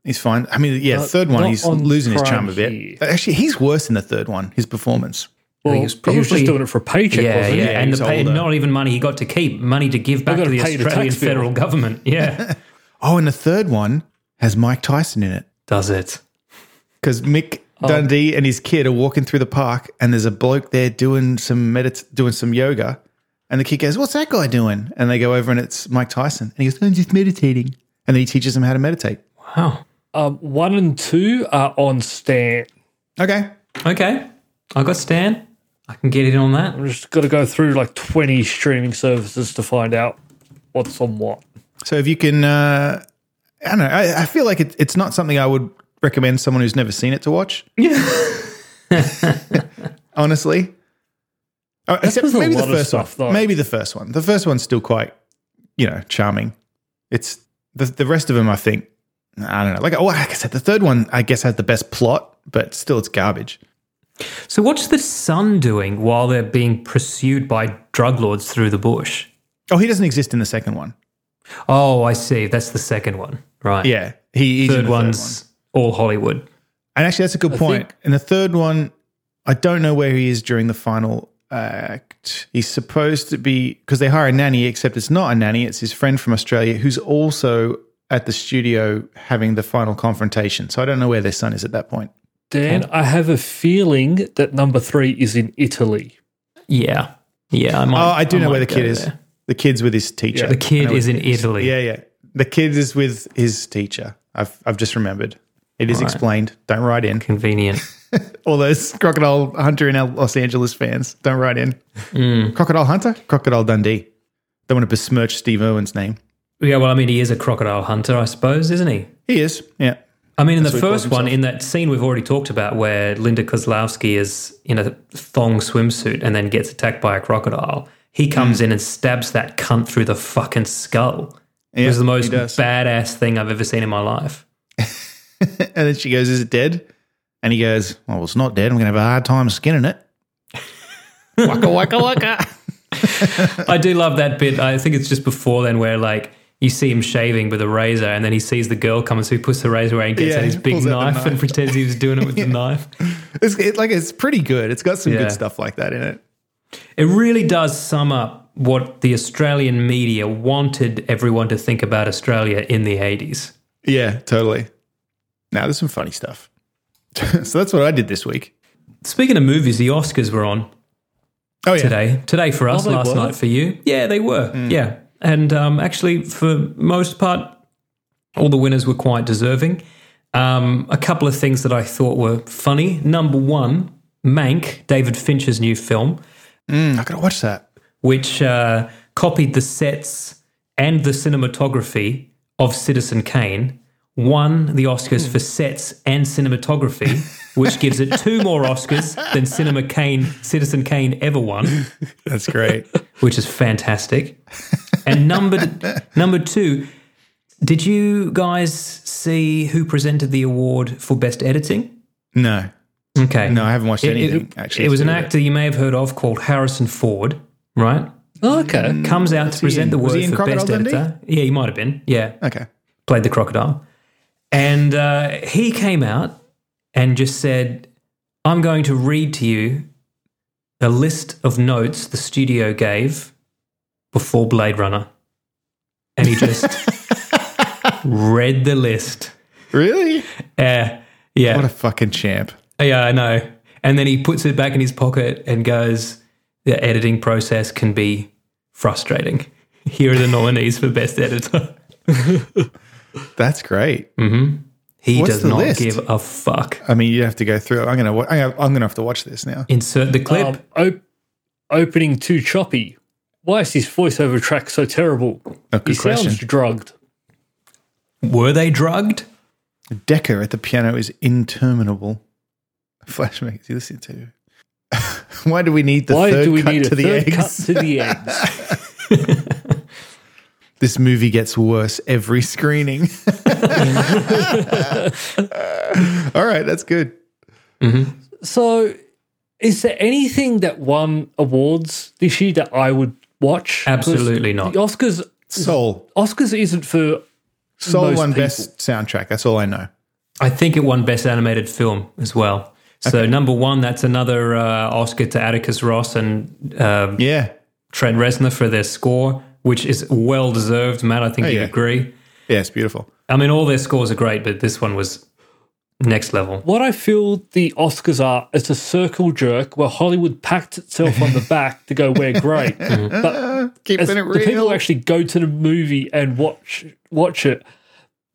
[SPEAKER 3] He's fine. I mean, yeah,
[SPEAKER 1] But
[SPEAKER 3] third one,
[SPEAKER 1] not
[SPEAKER 3] he's
[SPEAKER 1] on
[SPEAKER 3] losing his
[SPEAKER 1] Prime
[SPEAKER 3] charm a bit.
[SPEAKER 1] here.
[SPEAKER 3] Actually, he's worse in the third one. His performance.
[SPEAKER 1] well,
[SPEAKER 2] he
[SPEAKER 1] he
[SPEAKER 2] was
[SPEAKER 1] was,
[SPEAKER 2] probably-
[SPEAKER 1] just doing it for a paycheck,
[SPEAKER 2] Yeah,
[SPEAKER 1] wasn't
[SPEAKER 2] yeah,
[SPEAKER 1] he?
[SPEAKER 3] Yeah,
[SPEAKER 2] and
[SPEAKER 3] he's
[SPEAKER 2] the pay,
[SPEAKER 3] older.
[SPEAKER 2] not even money he got to keep, money to give back
[SPEAKER 1] gotta
[SPEAKER 2] to the
[SPEAKER 1] pay the
[SPEAKER 2] Australian
[SPEAKER 1] tax bill.
[SPEAKER 2] federal (laughs) government. Yeah,
[SPEAKER 3] Oh, and the third one has Mike Tyson in it.
[SPEAKER 2] does it?
[SPEAKER 3] because Mick
[SPEAKER 1] Oh.
[SPEAKER 3] Dundee and his kid are walking through the park, and there's a bloke there doing some medit- doing some yoga, and the kid goes, "What's that guy doing?" And they go over, and it's Mike Tyson, and he goes, "I'm just meditating," and then he teaches him how to meditate.
[SPEAKER 2] Wow.
[SPEAKER 1] Um, one and two are on Stan.
[SPEAKER 3] Okay,
[SPEAKER 2] Okay. I got Stan. I can get in on that.
[SPEAKER 1] I'm just got to go through like 20 streaming services to find out what's on what.
[SPEAKER 3] so if you can, uh, I don't know, I, I feel like it, it's not something I would recommend someone who's never seen it to watch.
[SPEAKER 2] Yeah.
[SPEAKER 3] honestly. Uh, except
[SPEAKER 1] with a
[SPEAKER 3] maybe the
[SPEAKER 1] lot of
[SPEAKER 3] first
[SPEAKER 1] stuff,
[SPEAKER 3] one.
[SPEAKER 1] though.
[SPEAKER 3] Maybe the first one. The first one's still quite, you know, charming. It's the the rest of them. I think I don't know. Like oh, like I said, the third one I guess has the best plot, but still it's garbage.
[SPEAKER 2] (laughs) So what's the son doing while they're being pursued by drug lords through the bush?
[SPEAKER 3] Oh, he doesn't exist in the second one.
[SPEAKER 2] Oh, I see. That's the second one. Right.
[SPEAKER 3] Yeah, he he's in
[SPEAKER 2] Third
[SPEAKER 3] the
[SPEAKER 2] one's all Hollywood.
[SPEAKER 3] And actually, that's a good point.
[SPEAKER 1] think-
[SPEAKER 3] in the third one, I don't know where he is during the final act. He's supposed to be because they hire a nanny, except it's not a nanny; it's his friend from Australia who's also at the studio having the final confrontation. So I don't know where their son is at that point.
[SPEAKER 1] Dan, I have a feeling that number three is in Italy.
[SPEAKER 2] Yeah. Yeah. I might,
[SPEAKER 3] Oh, I do know
[SPEAKER 2] might
[SPEAKER 3] where the
[SPEAKER 2] go
[SPEAKER 3] kid is.
[SPEAKER 2] there.
[SPEAKER 3] The kid's with his teacher.
[SPEAKER 2] The kid is in Italy.
[SPEAKER 3] Yeah, yeah. The kid is with his teacher. I've I've just remembered. It is explained. Don't write in.
[SPEAKER 2] Convenient.
[SPEAKER 3] All those crocodile hunter in L- Los Angeles fans, don't write in.
[SPEAKER 2] Hmm.
[SPEAKER 3] Crocodile Hunter, Crocodile Dundee. Don't want to besmirch Steve Irwin's name.
[SPEAKER 2] Yeah. Well, I mean, he is a crocodile hunter, I suppose, isn't he?
[SPEAKER 3] He is, yeah.
[SPEAKER 2] I mean, in the first one, in that scene we've already talked about, where Linda Kozlowski is in a thong swimsuit and then gets attacked by a crocodile, he
[SPEAKER 3] Hmm.
[SPEAKER 2] comes in and stabs that cunt through the fucking skull.
[SPEAKER 3] Yeah,
[SPEAKER 2] it was the
[SPEAKER 3] he
[SPEAKER 2] most
[SPEAKER 3] does.
[SPEAKER 2] badass thing I've ever seen in my life.
[SPEAKER 3] And then she goes, "Is it dead?" And he goes, "Well, it's not dead. I'm going to have a hard time skinning it." waka waka waka.
[SPEAKER 2] I do love that bit. I think it's just before then where like you see him shaving with a razor and then he sees the girl coming, so he puts the razor away and gets
[SPEAKER 3] Yeah,
[SPEAKER 2] out his
[SPEAKER 3] he
[SPEAKER 2] big
[SPEAKER 3] pulls out the
[SPEAKER 2] knife, and
[SPEAKER 3] knife.
[SPEAKER 2] pretends he was doing it with
[SPEAKER 3] (laughs)
[SPEAKER 2] the knife.
[SPEAKER 3] It's it, like it's pretty good. It's got some
[SPEAKER 2] Yeah.
[SPEAKER 3] good stuff like that in it.
[SPEAKER 2] It really does sum up what the Australian media wanted everyone to think about Australia in the 80s.
[SPEAKER 3] Yeah, totally. Now there's some funny stuff. (laughs) so that's what I did this week.
[SPEAKER 2] Speaking of movies, the Oscars were on
[SPEAKER 3] Oh yeah,
[SPEAKER 2] today. Today for us,
[SPEAKER 1] Oh, they
[SPEAKER 2] last
[SPEAKER 1] were? Hmm.
[SPEAKER 2] night for you. Yeah, they were. Yeah. And um, actually, for most part, all the winners were quite deserving. Um, a couple of things that I thought were funny. Number one, Mank, David Fincher's new film,
[SPEAKER 3] Mm, I gotta watch that.
[SPEAKER 2] which uh, copied the sets and the cinematography of Citizen Kane, won the Oscars for sets and
[SPEAKER 3] (laughs)
[SPEAKER 2] cinematography, which gives it two more Oscars than Cinema Kane, Citizen Kane ever won (laughs)
[SPEAKER 3] That's great.
[SPEAKER 2] which is fantastic. And number number two, did you guys see who presented the award for best editing?
[SPEAKER 3] no,
[SPEAKER 2] Okay,
[SPEAKER 3] no, I haven't watched
[SPEAKER 2] It- it-
[SPEAKER 3] anything. actually,
[SPEAKER 2] it was
[SPEAKER 3] to
[SPEAKER 2] an
[SPEAKER 3] do with
[SPEAKER 2] actor you may have heard of called Harrison Ford, right?
[SPEAKER 1] Okay.
[SPEAKER 2] Comes out to present
[SPEAKER 3] in-
[SPEAKER 2] the
[SPEAKER 3] Mm. was
[SPEAKER 2] award
[SPEAKER 3] he in
[SPEAKER 2] for
[SPEAKER 3] Crocodile
[SPEAKER 2] best
[SPEAKER 3] Dundee?
[SPEAKER 2] editor. Yeah, he might have been. Yeah,
[SPEAKER 3] Okay.
[SPEAKER 2] played the crocodile. And uh, he came out and just said, I'm going to read to you a list of notes the studio gave before Blade Runner. And he
[SPEAKER 3] (laughs)
[SPEAKER 2] just read the list.
[SPEAKER 3] Really?
[SPEAKER 2] Uh, yeah.
[SPEAKER 3] What a fucking champ.
[SPEAKER 2] Yeah, I know. And then he puts it back in his pocket and goes, The editing process can be frustrating. (laughs) Here are the nominees for Best Editor. Mm-hmm.
[SPEAKER 3] That's great.
[SPEAKER 2] He
[SPEAKER 3] What's
[SPEAKER 2] does
[SPEAKER 3] the
[SPEAKER 2] not
[SPEAKER 3] list?
[SPEAKER 2] give a fuck.
[SPEAKER 3] I mean, you have to go through. it. I'm gonna. wa- I have, I'm gonna have to watch this now.
[SPEAKER 2] Insert the clip.
[SPEAKER 1] Um, op- opening too choppy. Why is his voiceover track so terrible?
[SPEAKER 3] Oh, good
[SPEAKER 1] he
[SPEAKER 3] question.
[SPEAKER 1] sounds drugged.
[SPEAKER 2] Were they drugged?
[SPEAKER 3] Decker at the piano is interminable. Flash makes you listen to. (laughs) Why do we need the
[SPEAKER 1] Why
[SPEAKER 3] third
[SPEAKER 1] do we
[SPEAKER 3] cut
[SPEAKER 1] need a
[SPEAKER 3] to the
[SPEAKER 1] third
[SPEAKER 3] eggs?
[SPEAKER 1] cut to the eggs?
[SPEAKER 3] (laughs) This movie gets worse every screening. (laughs) All right, that's good.
[SPEAKER 1] so, is there anything that won awards this year that I would watch? 'Cause
[SPEAKER 2] Absolutely not.
[SPEAKER 1] The Oscars,
[SPEAKER 3] Soul.
[SPEAKER 1] Oscars isn't for
[SPEAKER 3] Soul
[SPEAKER 1] Most
[SPEAKER 3] won
[SPEAKER 1] people.
[SPEAKER 3] best soundtrack. That's all I know.
[SPEAKER 2] I think it won Best Animated Film as well. So number one, that's another uh, Oscar to Atticus Ross and uh,
[SPEAKER 3] Yeah.
[SPEAKER 2] Trent Reznor for their score, which is well deserved. Matt, I think you
[SPEAKER 3] yeah.
[SPEAKER 2] agree.
[SPEAKER 3] Yeah, it's beautiful.
[SPEAKER 2] I mean, all their scores are great, but this one was next level.
[SPEAKER 1] What I feel the Oscars are is a circle jerk where Hollywood pats itself on the back to go, we're
[SPEAKER 2] (laughs)
[SPEAKER 1] great. But
[SPEAKER 3] Keeping
[SPEAKER 1] as
[SPEAKER 3] it
[SPEAKER 1] the people who
[SPEAKER 3] real.
[SPEAKER 1] actually go to the movie and watch watch it,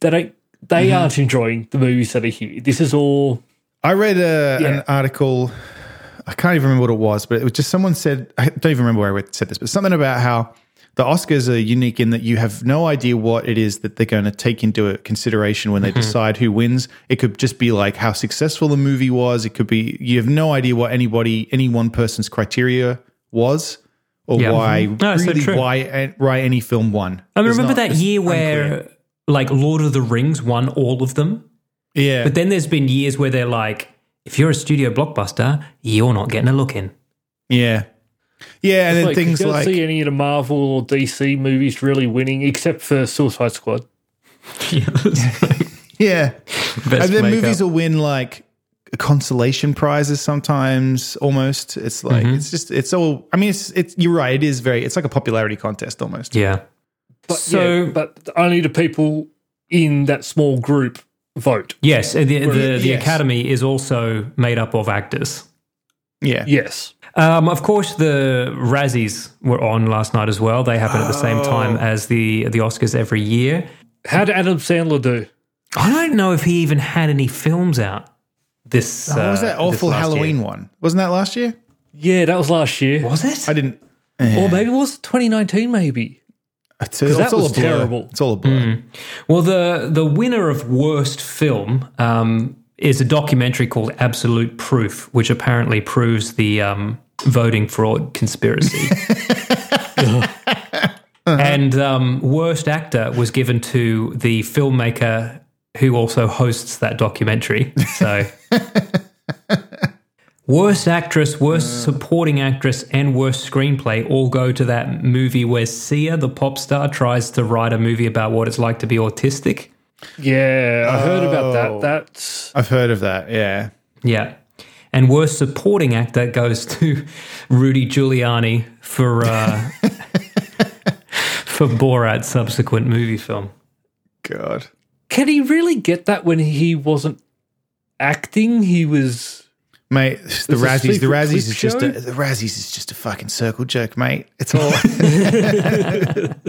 [SPEAKER 1] they don't, they
[SPEAKER 2] Mm-hmm.
[SPEAKER 1] aren't enjoying the movies that are here. This is all
[SPEAKER 3] I read a,
[SPEAKER 1] Yeah.
[SPEAKER 3] an article. I can't even remember what it was, but it was just someone said, I don't even remember where I read- said this, but something about how the Oscars are unique in that you have no idea what it is that they're going to take into consideration when they
[SPEAKER 2] Mm-hmm.
[SPEAKER 3] decide who wins. It could just be like how successful the movie was. It could be, you have no idea what anybody, any one person's criteria was or
[SPEAKER 2] Yeah.
[SPEAKER 3] why,
[SPEAKER 2] Mhm. No, it's so
[SPEAKER 3] really
[SPEAKER 2] true.
[SPEAKER 3] why, why any film won.
[SPEAKER 2] I mean,
[SPEAKER 3] It's
[SPEAKER 2] remember
[SPEAKER 3] not-
[SPEAKER 2] that
[SPEAKER 3] it's
[SPEAKER 2] year where
[SPEAKER 3] unclear.
[SPEAKER 2] like Lord of the Rings won all of them?
[SPEAKER 3] Yeah.
[SPEAKER 2] But then there's been years where they're like, if you're a studio blockbuster, you're not getting a look
[SPEAKER 3] (laughs)
[SPEAKER 2] in.
[SPEAKER 3] yeah. Yeah. And then
[SPEAKER 1] like,
[SPEAKER 3] things
[SPEAKER 1] you don't
[SPEAKER 3] like.
[SPEAKER 1] see any of the Marvel or DC movies really winning except for Suicide Squad.
[SPEAKER 2] yeah,
[SPEAKER 3] (laughs) Yeah. and then movies will win like consolation prizes sometimes almost. It's like it's just it's all I mean it's it's you're right, it is very it's like a popularity contest almost.
[SPEAKER 2] yeah.
[SPEAKER 1] But
[SPEAKER 2] So-
[SPEAKER 1] yeah, but only the people in that small group vote.
[SPEAKER 2] Yes, the, the, the
[SPEAKER 3] Yes.
[SPEAKER 2] Academy is also made up of actors.
[SPEAKER 3] Yeah.
[SPEAKER 1] Yes.
[SPEAKER 2] Um, of course, the Razzies were on last night as well. They happen at the same
[SPEAKER 3] Oh.
[SPEAKER 2] time as the the Oscars every year.
[SPEAKER 1] How did Adam Sandler do?
[SPEAKER 2] I don't know if he even had any films out this.
[SPEAKER 3] What was
[SPEAKER 2] uh,
[SPEAKER 3] that
[SPEAKER 2] this
[SPEAKER 3] awful
[SPEAKER 2] last year.
[SPEAKER 3] Halloween one? Wasn't that last year?
[SPEAKER 1] Yeah, that was last year.
[SPEAKER 2] Was it?
[SPEAKER 3] I didn't
[SPEAKER 1] Or maybe it was 2019, maybe.
[SPEAKER 3] it's, it's
[SPEAKER 1] that
[SPEAKER 3] all
[SPEAKER 1] was
[SPEAKER 3] a blur.
[SPEAKER 1] terrible.
[SPEAKER 3] It's all a blur.
[SPEAKER 2] Well, the the winner of worst film um, is a documentary called Absolute Proof, which apparently proves the um, voting fraud conspiracy. And um, worst actor was given to the filmmaker who also hosts that documentary. So. (laughs) Worst actress, worst supporting actress, and worst screenplay all go to that movie where Sia, the pop star, tries to write a movie about what it's like to be autistic.
[SPEAKER 1] Yeah, I heard about
[SPEAKER 3] Oh.
[SPEAKER 1] that. That's
[SPEAKER 3] I've heard of that, yeah.
[SPEAKER 2] Yeah. And worst supporting actor goes (laughs) to Rudy Giuliani for
[SPEAKER 3] (laughs)
[SPEAKER 2] uh, for Borat's subsequent movie film.
[SPEAKER 3] God.
[SPEAKER 1] can he really get that when he wasn't acting? He was
[SPEAKER 3] Mate, the
[SPEAKER 1] It's a
[SPEAKER 3] Razzies, the
[SPEAKER 1] secret
[SPEAKER 3] Razzies
[SPEAKER 1] clip
[SPEAKER 3] is just a,
[SPEAKER 1] show?
[SPEAKER 3] the Razzies is just a fucking circle jerk, mate. It's all
[SPEAKER 1] but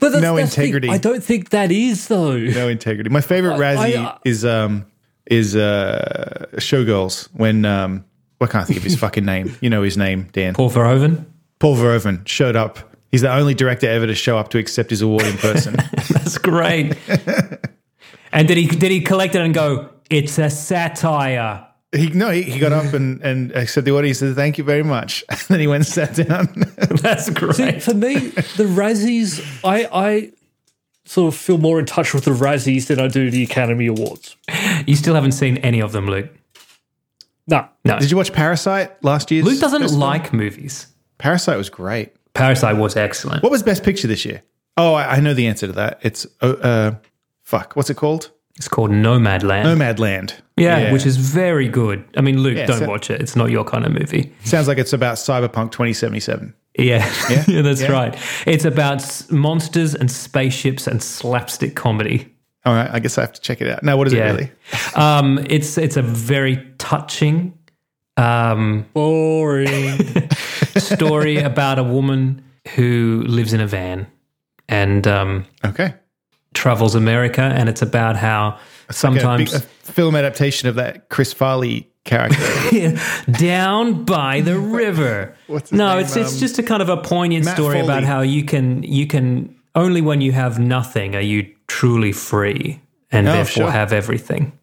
[SPEAKER 1] that's,
[SPEAKER 3] No
[SPEAKER 1] that's the thing.
[SPEAKER 3] integrity.
[SPEAKER 1] I don't think that is though.
[SPEAKER 3] no integrity. My favorite Razzie
[SPEAKER 1] I-
[SPEAKER 2] uh,
[SPEAKER 1] I-
[SPEAKER 3] is um is uh Showgirls when um I can't I think of his fucking name. You know his name, Dan. Paul,
[SPEAKER 2] Paul Verhoeven.
[SPEAKER 3] Verhoeven showed up. He's the only director ever to show up to accept his award in (laughs) person.
[SPEAKER 2] (laughs) That's great. and did he did he collect it and go? It's a satire. (laughs)
[SPEAKER 3] he no, he, he got up and and accepted the award. He said, "Thank you very much." (laughs) And then he went and sat down.
[SPEAKER 2] That's
[SPEAKER 1] See,
[SPEAKER 2] great.
[SPEAKER 1] for me, the Razzies, I, I sort of feel more in touch with the Razzies than I do the Academy Awards.
[SPEAKER 2] You still haven't seen any of them, Luke.
[SPEAKER 1] No,
[SPEAKER 2] No.
[SPEAKER 3] (laughs) Did you watch Parasite last year's?
[SPEAKER 2] Luke doesn't
[SPEAKER 3] festival?
[SPEAKER 2] like movies.
[SPEAKER 3] Parasite was great.
[SPEAKER 2] Parasite was excellent.
[SPEAKER 3] What was Best Picture this year? Oh, I, I know the answer to that. It's uh, uh fuck. What's it called?
[SPEAKER 2] It's called Nomad Land.
[SPEAKER 3] Nomad Land.
[SPEAKER 2] yeah, which is very good. I mean, Luke, don't
[SPEAKER 3] so-
[SPEAKER 2] watch it. It's not your kind of movie.
[SPEAKER 3] Sounds like it's about Cyberpunk 2077.
[SPEAKER 2] Yeah, (laughs) yeah, that's
[SPEAKER 3] Yeah.
[SPEAKER 2] right. It's about s- monsters and spaceships and slapstick comedy.
[SPEAKER 3] All right, I guess I have to check it out. Now, what is
[SPEAKER 2] Yeah.
[SPEAKER 3] it really?
[SPEAKER 2] (laughs) Um, it's it's a very touching um,
[SPEAKER 1] boring.
[SPEAKER 3] (laughs)
[SPEAKER 2] story about a woman who lives in a van and um,
[SPEAKER 3] Okay.
[SPEAKER 2] travels America, and it's about how
[SPEAKER 3] Like a big-
[SPEAKER 2] sometimes
[SPEAKER 3] a film adaptation of that Chris Farley character.
[SPEAKER 2] (laughs) down by
[SPEAKER 3] (laughs)
[SPEAKER 2] the river.
[SPEAKER 3] What's his
[SPEAKER 2] no,
[SPEAKER 3] name? Um,
[SPEAKER 2] it's it's just a kind of a poignant
[SPEAKER 3] Matt
[SPEAKER 2] story about
[SPEAKER 3] Foley.
[SPEAKER 2] how you can you can only when you have nothing are you truly free and
[SPEAKER 3] Oh,
[SPEAKER 2] therefore
[SPEAKER 3] sure.
[SPEAKER 2] have everything.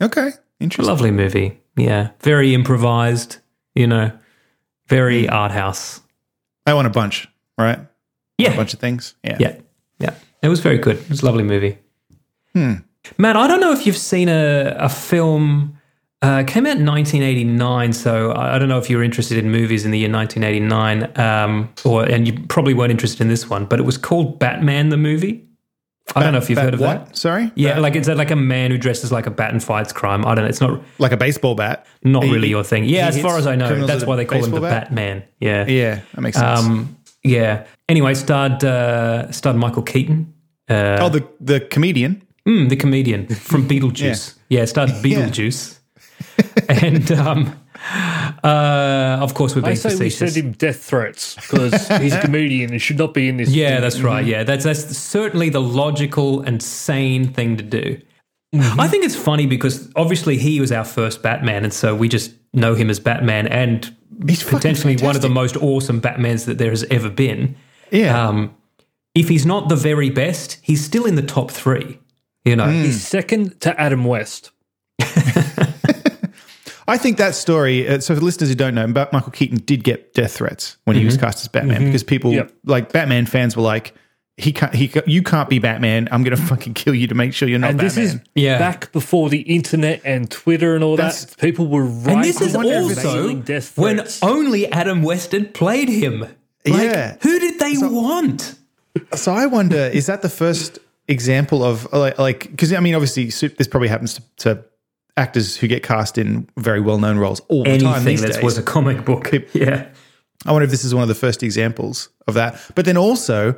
[SPEAKER 3] okay. Interesting.
[SPEAKER 2] Lovely movie. Yeah. Very improvised, you know. Very
[SPEAKER 3] Hmm.
[SPEAKER 2] art house.
[SPEAKER 3] I want a bunch, right? A
[SPEAKER 2] Yeah.
[SPEAKER 3] bunch of things. Yeah.
[SPEAKER 2] Yeah. Yeah. It was very good. It was a lovely movie. Hmm. Matt, I don't know if you've seen a, a film. Uh, it came out in 1989, so I I don't know if you were interested in movies in the year 1989, um, or and you probably weren't interested in this one, but it was called Batman the movie. I don't know if you've
[SPEAKER 3] Bat-
[SPEAKER 2] heard of
[SPEAKER 3] what?
[SPEAKER 2] that.
[SPEAKER 3] Sorry?
[SPEAKER 2] Yeah,
[SPEAKER 3] Bat-
[SPEAKER 2] like it's like a man who dresses like a bat and fights crime. I don't know. It's not
[SPEAKER 3] like a baseball bat.
[SPEAKER 2] not
[SPEAKER 3] He-
[SPEAKER 2] really your thing. Yeah,
[SPEAKER 3] he
[SPEAKER 2] as far
[SPEAKER 3] hits
[SPEAKER 2] as I know,
[SPEAKER 3] criminals
[SPEAKER 2] that's
[SPEAKER 3] with a
[SPEAKER 2] why they call him the
[SPEAKER 3] baseball bat?
[SPEAKER 2] Batman. Yeah,
[SPEAKER 3] Yeah, that makes sense.
[SPEAKER 2] um, yeah. Anyway, starred uh, starred Michael Keaton.
[SPEAKER 3] oh, the the comedian.
[SPEAKER 2] Mm, the comedian
[SPEAKER 3] (laughs)
[SPEAKER 2] from Beetlejuice. yeah. it started Beetlejuice. and um, uh, of course, we're
[SPEAKER 1] I
[SPEAKER 2] being
[SPEAKER 1] say we send
[SPEAKER 2] facetious.
[SPEAKER 1] him death threats because
[SPEAKER 2] (laughs)
[SPEAKER 1] he's a comedian and should not be in this.
[SPEAKER 2] Yeah, that's
[SPEAKER 3] Mm-hmm.
[SPEAKER 2] right. Yeah, that's that's certainly the logical and sane thing to do.
[SPEAKER 3] Mm-hmm.
[SPEAKER 2] I think it's funny because obviously he was our first Batman, and so we just know him as Batman and
[SPEAKER 3] He's fucking
[SPEAKER 2] potentially one of the
[SPEAKER 3] fantastic.
[SPEAKER 2] most awesome Batmans that there has ever been.
[SPEAKER 3] Yeah.
[SPEAKER 2] Um, if he's not the very best, he's still in the top three. You
[SPEAKER 3] Mm.
[SPEAKER 2] know,
[SPEAKER 1] He's second to Adam West.
[SPEAKER 3] I think that story. Uh, so, for listeners who don't know, Ma- Michael Keaton did get death threats when he was
[SPEAKER 2] Mm-hmm.
[SPEAKER 3] cast as Batman because people,
[SPEAKER 1] Yep.
[SPEAKER 3] like Batman fans, were like, "He can't. He ca- you can't be Batman. I'm going to (laughs) fucking kill you to make sure you're not
[SPEAKER 1] And
[SPEAKER 3] Batman."
[SPEAKER 1] this is
[SPEAKER 2] Yeah.
[SPEAKER 1] back before the internet and Twitter and all
[SPEAKER 3] That's-
[SPEAKER 1] that. People were right.
[SPEAKER 2] and this is
[SPEAKER 3] wonder if it's
[SPEAKER 2] also
[SPEAKER 1] mailing death
[SPEAKER 2] when
[SPEAKER 1] threats.
[SPEAKER 2] only Adam West had played him. Like,
[SPEAKER 3] Yeah.
[SPEAKER 2] who did they want?
[SPEAKER 3] so I wonder, is that the first example of like, like, because I mean, obviously, su- this probably happens to, to actors who get cast in very well-known roles all the time
[SPEAKER 2] Anything
[SPEAKER 3] these
[SPEAKER 2] that
[SPEAKER 3] days.
[SPEAKER 2] was a comic book. (laughs) Yeah.
[SPEAKER 3] I wonder if this is one of the first examples of that. But then also,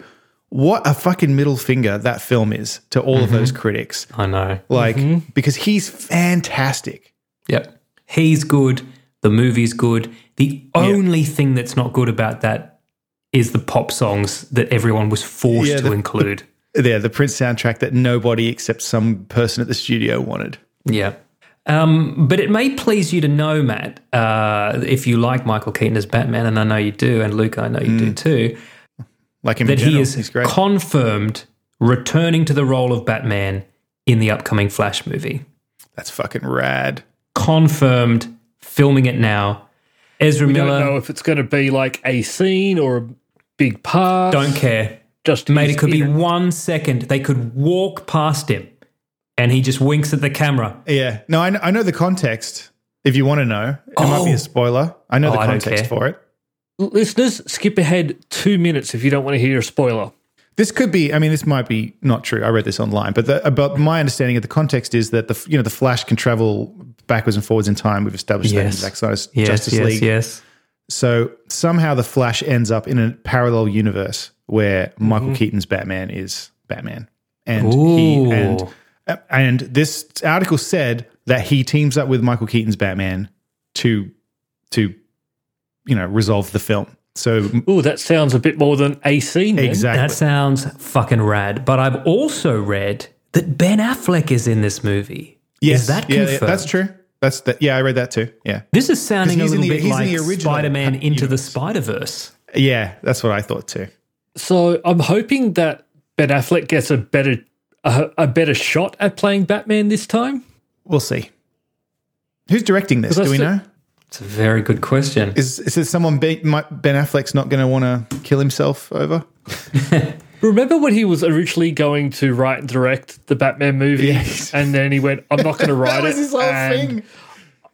[SPEAKER 3] what a fucking middle finger that film is to all
[SPEAKER 2] Mm-hmm.
[SPEAKER 3] of those critics.
[SPEAKER 2] I know.
[SPEAKER 3] Like,
[SPEAKER 2] Mm-hmm.
[SPEAKER 3] because he's fantastic.
[SPEAKER 2] Yep. He's good. The movie's good. The only thing that's not good about that is the pop songs that everyone was forced
[SPEAKER 3] Yeah,
[SPEAKER 2] to
[SPEAKER 3] the- (laughs)
[SPEAKER 2] include.
[SPEAKER 3] There, the Prince soundtrack that nobody except some person at the studio wanted.
[SPEAKER 2] yeah. Um, but it may please you to know, Matt, uh, if you like Michael Keaton as Batman, and I know you do, and Luke, I know you
[SPEAKER 3] Mm.
[SPEAKER 2] do too,
[SPEAKER 3] Like him
[SPEAKER 2] that
[SPEAKER 3] in general,
[SPEAKER 2] he is
[SPEAKER 3] he's great.
[SPEAKER 2] confirmed returning to the role of Batman in the upcoming Flash movie.
[SPEAKER 3] That's fucking rad.
[SPEAKER 2] Confirmed, filming it now. Ezra
[SPEAKER 1] I
[SPEAKER 2] Miller,
[SPEAKER 1] don't know if it's going to be like a scene or a big part.
[SPEAKER 2] don't care.
[SPEAKER 1] just
[SPEAKER 2] Mate,
[SPEAKER 1] is
[SPEAKER 2] it could be
[SPEAKER 1] in
[SPEAKER 2] one second. They could walk past him and he just winks at the camera.
[SPEAKER 3] Yeah. No, I know, I know the context. If you want to know, it might be
[SPEAKER 2] Oh.
[SPEAKER 3] a spoiler. I know
[SPEAKER 2] Oh, I
[SPEAKER 3] the
[SPEAKER 2] don't
[SPEAKER 3] context
[SPEAKER 2] care.
[SPEAKER 3] for it.
[SPEAKER 1] Listeners, skip ahead two minutes if you don't want to hear a spoiler.
[SPEAKER 3] This could be. I mean, this might be not true. I read this online, but the, uh, but my understanding of the context is that the you know the Flash can travel backwards and forwards in time. We've established that in
[SPEAKER 2] Yes.
[SPEAKER 3] Zack Snyder's
[SPEAKER 2] Yes,
[SPEAKER 3] Justice
[SPEAKER 2] yes,
[SPEAKER 3] League.
[SPEAKER 2] yes.
[SPEAKER 3] So somehow the Flash ends up in a parallel universe where
[SPEAKER 2] Mm-hmm.
[SPEAKER 3] Michael Keaton's Batman is Batman, and he
[SPEAKER 2] Ooh.
[SPEAKER 3] and uh, and this article said that he teams up with Michael Keaton's Batman to to you know resolve the film. So
[SPEAKER 1] Ooh, that sounds a bit more than a scene. then.
[SPEAKER 3] exactly.
[SPEAKER 2] That sounds fucking rad. But I've also read that Ben Affleck is in this movie. Is that
[SPEAKER 3] yeah,
[SPEAKER 2] confirmed?
[SPEAKER 3] yeah, that's true. That's that. Yeah, I read that too. Yeah,
[SPEAKER 2] This is sounding a
[SPEAKER 3] he's in
[SPEAKER 2] little
[SPEAKER 3] the-
[SPEAKER 2] bit
[SPEAKER 3] he's in
[SPEAKER 2] like
[SPEAKER 3] the original
[SPEAKER 2] Spider-Man
[SPEAKER 3] Pat-
[SPEAKER 2] into the Spider-Verse.
[SPEAKER 3] yeah, that's what I thought too.
[SPEAKER 1] So I'm hoping that Ben Affleck gets a better a, a better shot at playing Batman this time.
[SPEAKER 3] We'll see. Who's directing this?
[SPEAKER 1] Because I
[SPEAKER 3] Do we
[SPEAKER 1] said-
[SPEAKER 3] know?
[SPEAKER 2] It's a very good question.
[SPEAKER 3] Is is it someone be, might, Ben Affleck's not going to want to kill himself over?
[SPEAKER 1] Remember when he was originally going to write and direct the Batman movie,
[SPEAKER 3] Yes.
[SPEAKER 1] and then he went, "I'm not going
[SPEAKER 3] (laughs)
[SPEAKER 1] to write it. and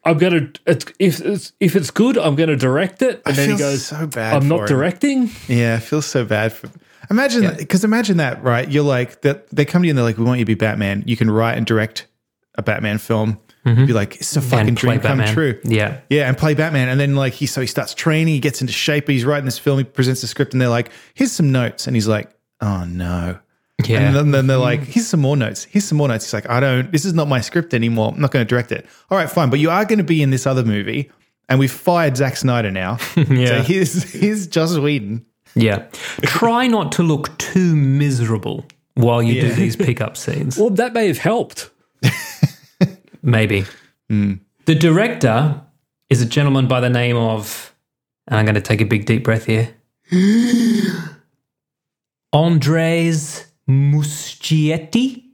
[SPEAKER 1] I'm going to if it's, if it's good, I'm going to direct it." And then
[SPEAKER 3] feel
[SPEAKER 1] he goes,
[SPEAKER 3] so bad
[SPEAKER 1] "I'm
[SPEAKER 3] for
[SPEAKER 1] not
[SPEAKER 3] him."
[SPEAKER 1] directing."
[SPEAKER 3] Yeah, I feel so bad for. Imagine because imagine that right. You're like that. They come to you and they're like, "We want you to be Batman. You can write and direct a Batman film."
[SPEAKER 1] Mm-hmm.
[SPEAKER 3] Be like, "It's a fucking
[SPEAKER 2] And play
[SPEAKER 3] dream come
[SPEAKER 2] Batman.
[SPEAKER 3] true."
[SPEAKER 2] Yeah.
[SPEAKER 3] Yeah, and play Batman. And then like he so he starts training, he gets into shape, he's writing this film, he presents the script, and they're like, here's some notes. And he's like, Oh no.
[SPEAKER 2] Yeah.
[SPEAKER 3] And then, then they're like, here's some more notes. Here's some more notes. He's like, I don't, this is not my script anymore. I'm not going to direct it. All right, fine. But you are going to be in this other movie. And we've fired Zack
[SPEAKER 2] (laughs)
[SPEAKER 3] Snyder now. So
[SPEAKER 2] Yeah.
[SPEAKER 3] here's, here's Joss Whedon.
[SPEAKER 2] yeah. Try not to look too miserable while you do
[SPEAKER 3] Yeah.
[SPEAKER 2] these pickup scenes.
[SPEAKER 3] (laughs)
[SPEAKER 1] Well, that may have helped.
[SPEAKER 2] Maybe.
[SPEAKER 3] Hmm.
[SPEAKER 2] The director is a gentleman by the name of, and I'm going to take a big deep breath here, (gasps) Andres Muschietti,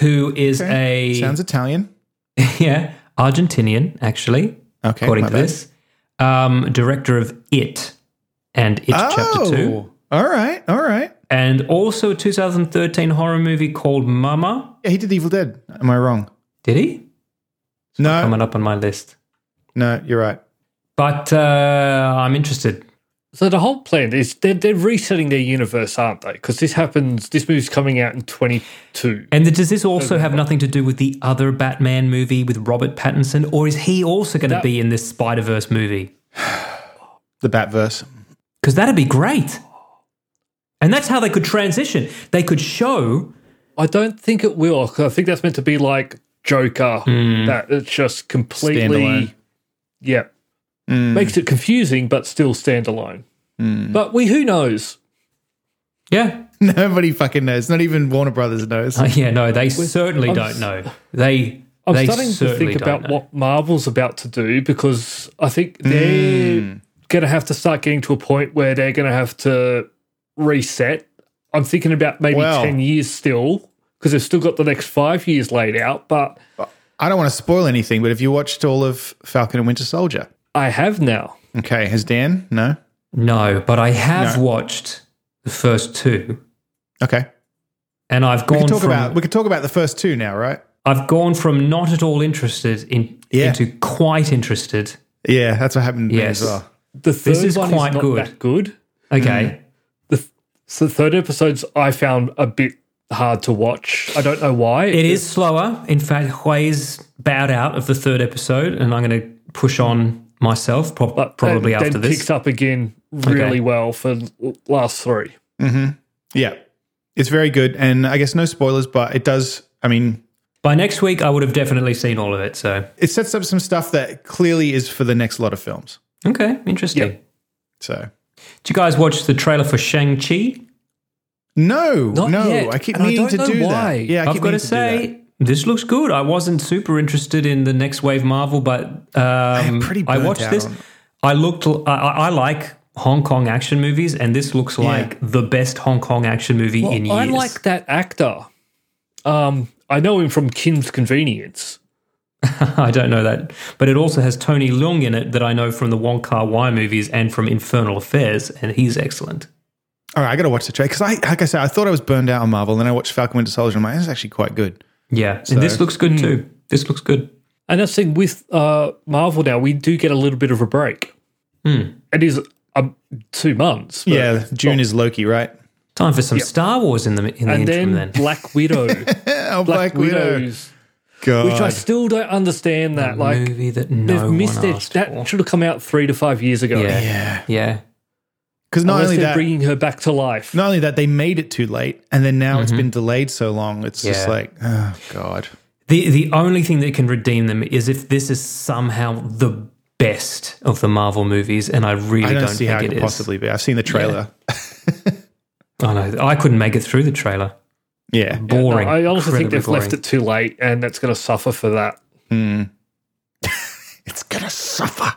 [SPEAKER 2] who is a
[SPEAKER 3] Sounds Italian.
[SPEAKER 2] (laughs) yeah Argentinian actually,
[SPEAKER 3] Okay.
[SPEAKER 2] according
[SPEAKER 3] my
[SPEAKER 2] to
[SPEAKER 3] bad.
[SPEAKER 2] this, um, director of It and It
[SPEAKER 3] Oh.
[SPEAKER 2] Chapter Two,
[SPEAKER 3] All right. All right.
[SPEAKER 2] and also a 2013 horror movie called Mama.
[SPEAKER 3] Yeah, he did Evil Dead. Am I wrong?
[SPEAKER 2] Did he?
[SPEAKER 3] No.
[SPEAKER 2] Coming up on my list,
[SPEAKER 3] No, you're right.
[SPEAKER 2] but uh, I'm interested.
[SPEAKER 1] So the whole plan is they're, they're resetting their universe, aren't they? Because this happens. This movie's coming out in 22.
[SPEAKER 2] And does this also have nothing to do with the other Batman movie with Robert Pattinson, or is he also going to be in this Spider Verse movie?
[SPEAKER 3] The Batverse.
[SPEAKER 2] Because that'd be great. And that's how they could transition. They could show
[SPEAKER 1] I don't think it will. 'cause I think that's meant to be like Joker.
[SPEAKER 2] Hmm.
[SPEAKER 1] That it's just completely,
[SPEAKER 3] Standalone.
[SPEAKER 1] yeah, makes it confusing, but still standalone. But we who knows?
[SPEAKER 2] Yeah.
[SPEAKER 3] (laughs) Nobody fucking knows. Not even Warner Brothers knows.
[SPEAKER 2] Uh, yeah, no, they certainly
[SPEAKER 1] I'm
[SPEAKER 2] don't
[SPEAKER 1] s-
[SPEAKER 2] know. They
[SPEAKER 1] I'm
[SPEAKER 2] they
[SPEAKER 1] starting to
[SPEAKER 2] certainly
[SPEAKER 1] think
[SPEAKER 2] don't
[SPEAKER 1] about
[SPEAKER 2] know.
[SPEAKER 1] what Marvel's about to do because I think they're going to have to start getting to a point where they're going to have to reset. I'm thinking about maybe
[SPEAKER 3] Well-
[SPEAKER 1] 10 years still because they've still got the next five years laid out, but
[SPEAKER 3] I don't want to spoil anything, but have you watched all of Falcon and Winter Soldier?
[SPEAKER 1] I have now.
[SPEAKER 3] Okay. Has Dan? No.
[SPEAKER 2] No, but I have watched the first two,
[SPEAKER 3] Okay.
[SPEAKER 2] and I've
[SPEAKER 3] We
[SPEAKER 2] gone
[SPEAKER 3] can talk
[SPEAKER 2] from
[SPEAKER 3] about we can talk about the first two now, right?
[SPEAKER 2] I've gone from not at all interested in
[SPEAKER 3] Yeah.
[SPEAKER 2] into quite interested.
[SPEAKER 3] Yeah, that's what happened to me
[SPEAKER 2] Yes.
[SPEAKER 3] as well.
[SPEAKER 1] The third
[SPEAKER 2] is
[SPEAKER 1] one
[SPEAKER 2] quite
[SPEAKER 1] is not
[SPEAKER 2] good.
[SPEAKER 1] that good.
[SPEAKER 2] Okay,
[SPEAKER 1] The, th- so the third episode's I found a bit hard to watch. I don't know why.
[SPEAKER 2] it is slower. In fact, Hui's bowed out of the third episode, and I'm going to push on myself prob- probably
[SPEAKER 1] uh, then,
[SPEAKER 2] after
[SPEAKER 1] then
[SPEAKER 2] this.
[SPEAKER 1] picks up again really
[SPEAKER 2] Okay.
[SPEAKER 1] well for l- last three.
[SPEAKER 3] Yeah. It's very good. And I guess no spoilers, but it does I mean,
[SPEAKER 2] By next week, I would have definitely seen all of it. So
[SPEAKER 3] it sets up some stuff that clearly is for the next lot of films.
[SPEAKER 2] okay, interesting.
[SPEAKER 1] Yep.
[SPEAKER 3] So
[SPEAKER 2] Did you guys watch the trailer for Shang Chi?
[SPEAKER 3] no,
[SPEAKER 1] Not
[SPEAKER 3] no,
[SPEAKER 1] yet,
[SPEAKER 3] I keep
[SPEAKER 1] and I
[SPEAKER 3] meaning
[SPEAKER 1] don't
[SPEAKER 3] to
[SPEAKER 1] know
[SPEAKER 3] do
[SPEAKER 1] why.
[SPEAKER 3] that. Yeah, I
[SPEAKER 2] I've
[SPEAKER 3] keep
[SPEAKER 2] got to
[SPEAKER 3] meaning do that.
[SPEAKER 2] say, this looks good. I wasn't super interested in the next wave Marvel, but um, I,
[SPEAKER 3] am pretty
[SPEAKER 2] I
[SPEAKER 3] burnt
[SPEAKER 2] watched
[SPEAKER 3] out
[SPEAKER 2] this.
[SPEAKER 3] on it.
[SPEAKER 2] I looked. I, I I like Hong Kong action movies, and this looks like the best Hong Kong action movie
[SPEAKER 1] Well,
[SPEAKER 2] in years.
[SPEAKER 1] I like that actor. Um, I know him from Kim's Convenience.
[SPEAKER 2] (laughs) I don't know that, but it also has Tony Leung in it that I know from the Wong Kar Wai movies and from Infernal Affairs, and he's excellent.
[SPEAKER 3] All right, I got to watch the trailer because I, like I said, I thought I was burned out on Marvel. Then I watched Falcon Winter Soldier. and I'm like, this is actually quite good.
[SPEAKER 2] Yeah, and this looks good too. This looks good.
[SPEAKER 1] And that's the thing with uh, Marvel now, we do get a little bit of a break.
[SPEAKER 2] Hmm.
[SPEAKER 1] It is um, two months. but-
[SPEAKER 3] yeah, June is Loki, right?
[SPEAKER 2] Time for some Star Wars in the in the
[SPEAKER 1] And
[SPEAKER 2] interim.
[SPEAKER 1] then,
[SPEAKER 2] Then,
[SPEAKER 1] Black
[SPEAKER 2] (laughs)
[SPEAKER 1] Widow.
[SPEAKER 3] Oh,
[SPEAKER 1] Black Widow's.
[SPEAKER 3] God.
[SPEAKER 1] Which I still don't understand that. like,
[SPEAKER 2] movie that no
[SPEAKER 1] they've missed
[SPEAKER 2] one
[SPEAKER 1] it.
[SPEAKER 2] asked for.
[SPEAKER 1] That should have come out three to five years ago.
[SPEAKER 2] Yeah.
[SPEAKER 3] yeah,
[SPEAKER 2] yeah.
[SPEAKER 3] because not
[SPEAKER 1] Unless
[SPEAKER 3] only
[SPEAKER 1] they're
[SPEAKER 3] that,
[SPEAKER 1] bringing her back to life.
[SPEAKER 3] not only that, they made it too late, and then now it's been delayed so long. It's just
[SPEAKER 2] Mm-hmm. Yeah.
[SPEAKER 3] like, oh God.
[SPEAKER 2] The the only thing that can redeem them is if this is somehow the best of the Marvel movies, and I really
[SPEAKER 3] I
[SPEAKER 2] don't,
[SPEAKER 3] don't, see
[SPEAKER 2] think
[SPEAKER 3] how it
[SPEAKER 2] it
[SPEAKER 3] could
[SPEAKER 2] is.
[SPEAKER 3] possibly be. I've seen the trailer.
[SPEAKER 2] I know I couldn't make it through the trailer.
[SPEAKER 3] Yeah,
[SPEAKER 1] No,
[SPEAKER 2] Boring.
[SPEAKER 1] I also think
[SPEAKER 2] Incredibly
[SPEAKER 1] they've left
[SPEAKER 2] boring.
[SPEAKER 1] it too late, and that's going to suffer for that.
[SPEAKER 3] it's gonna suffer.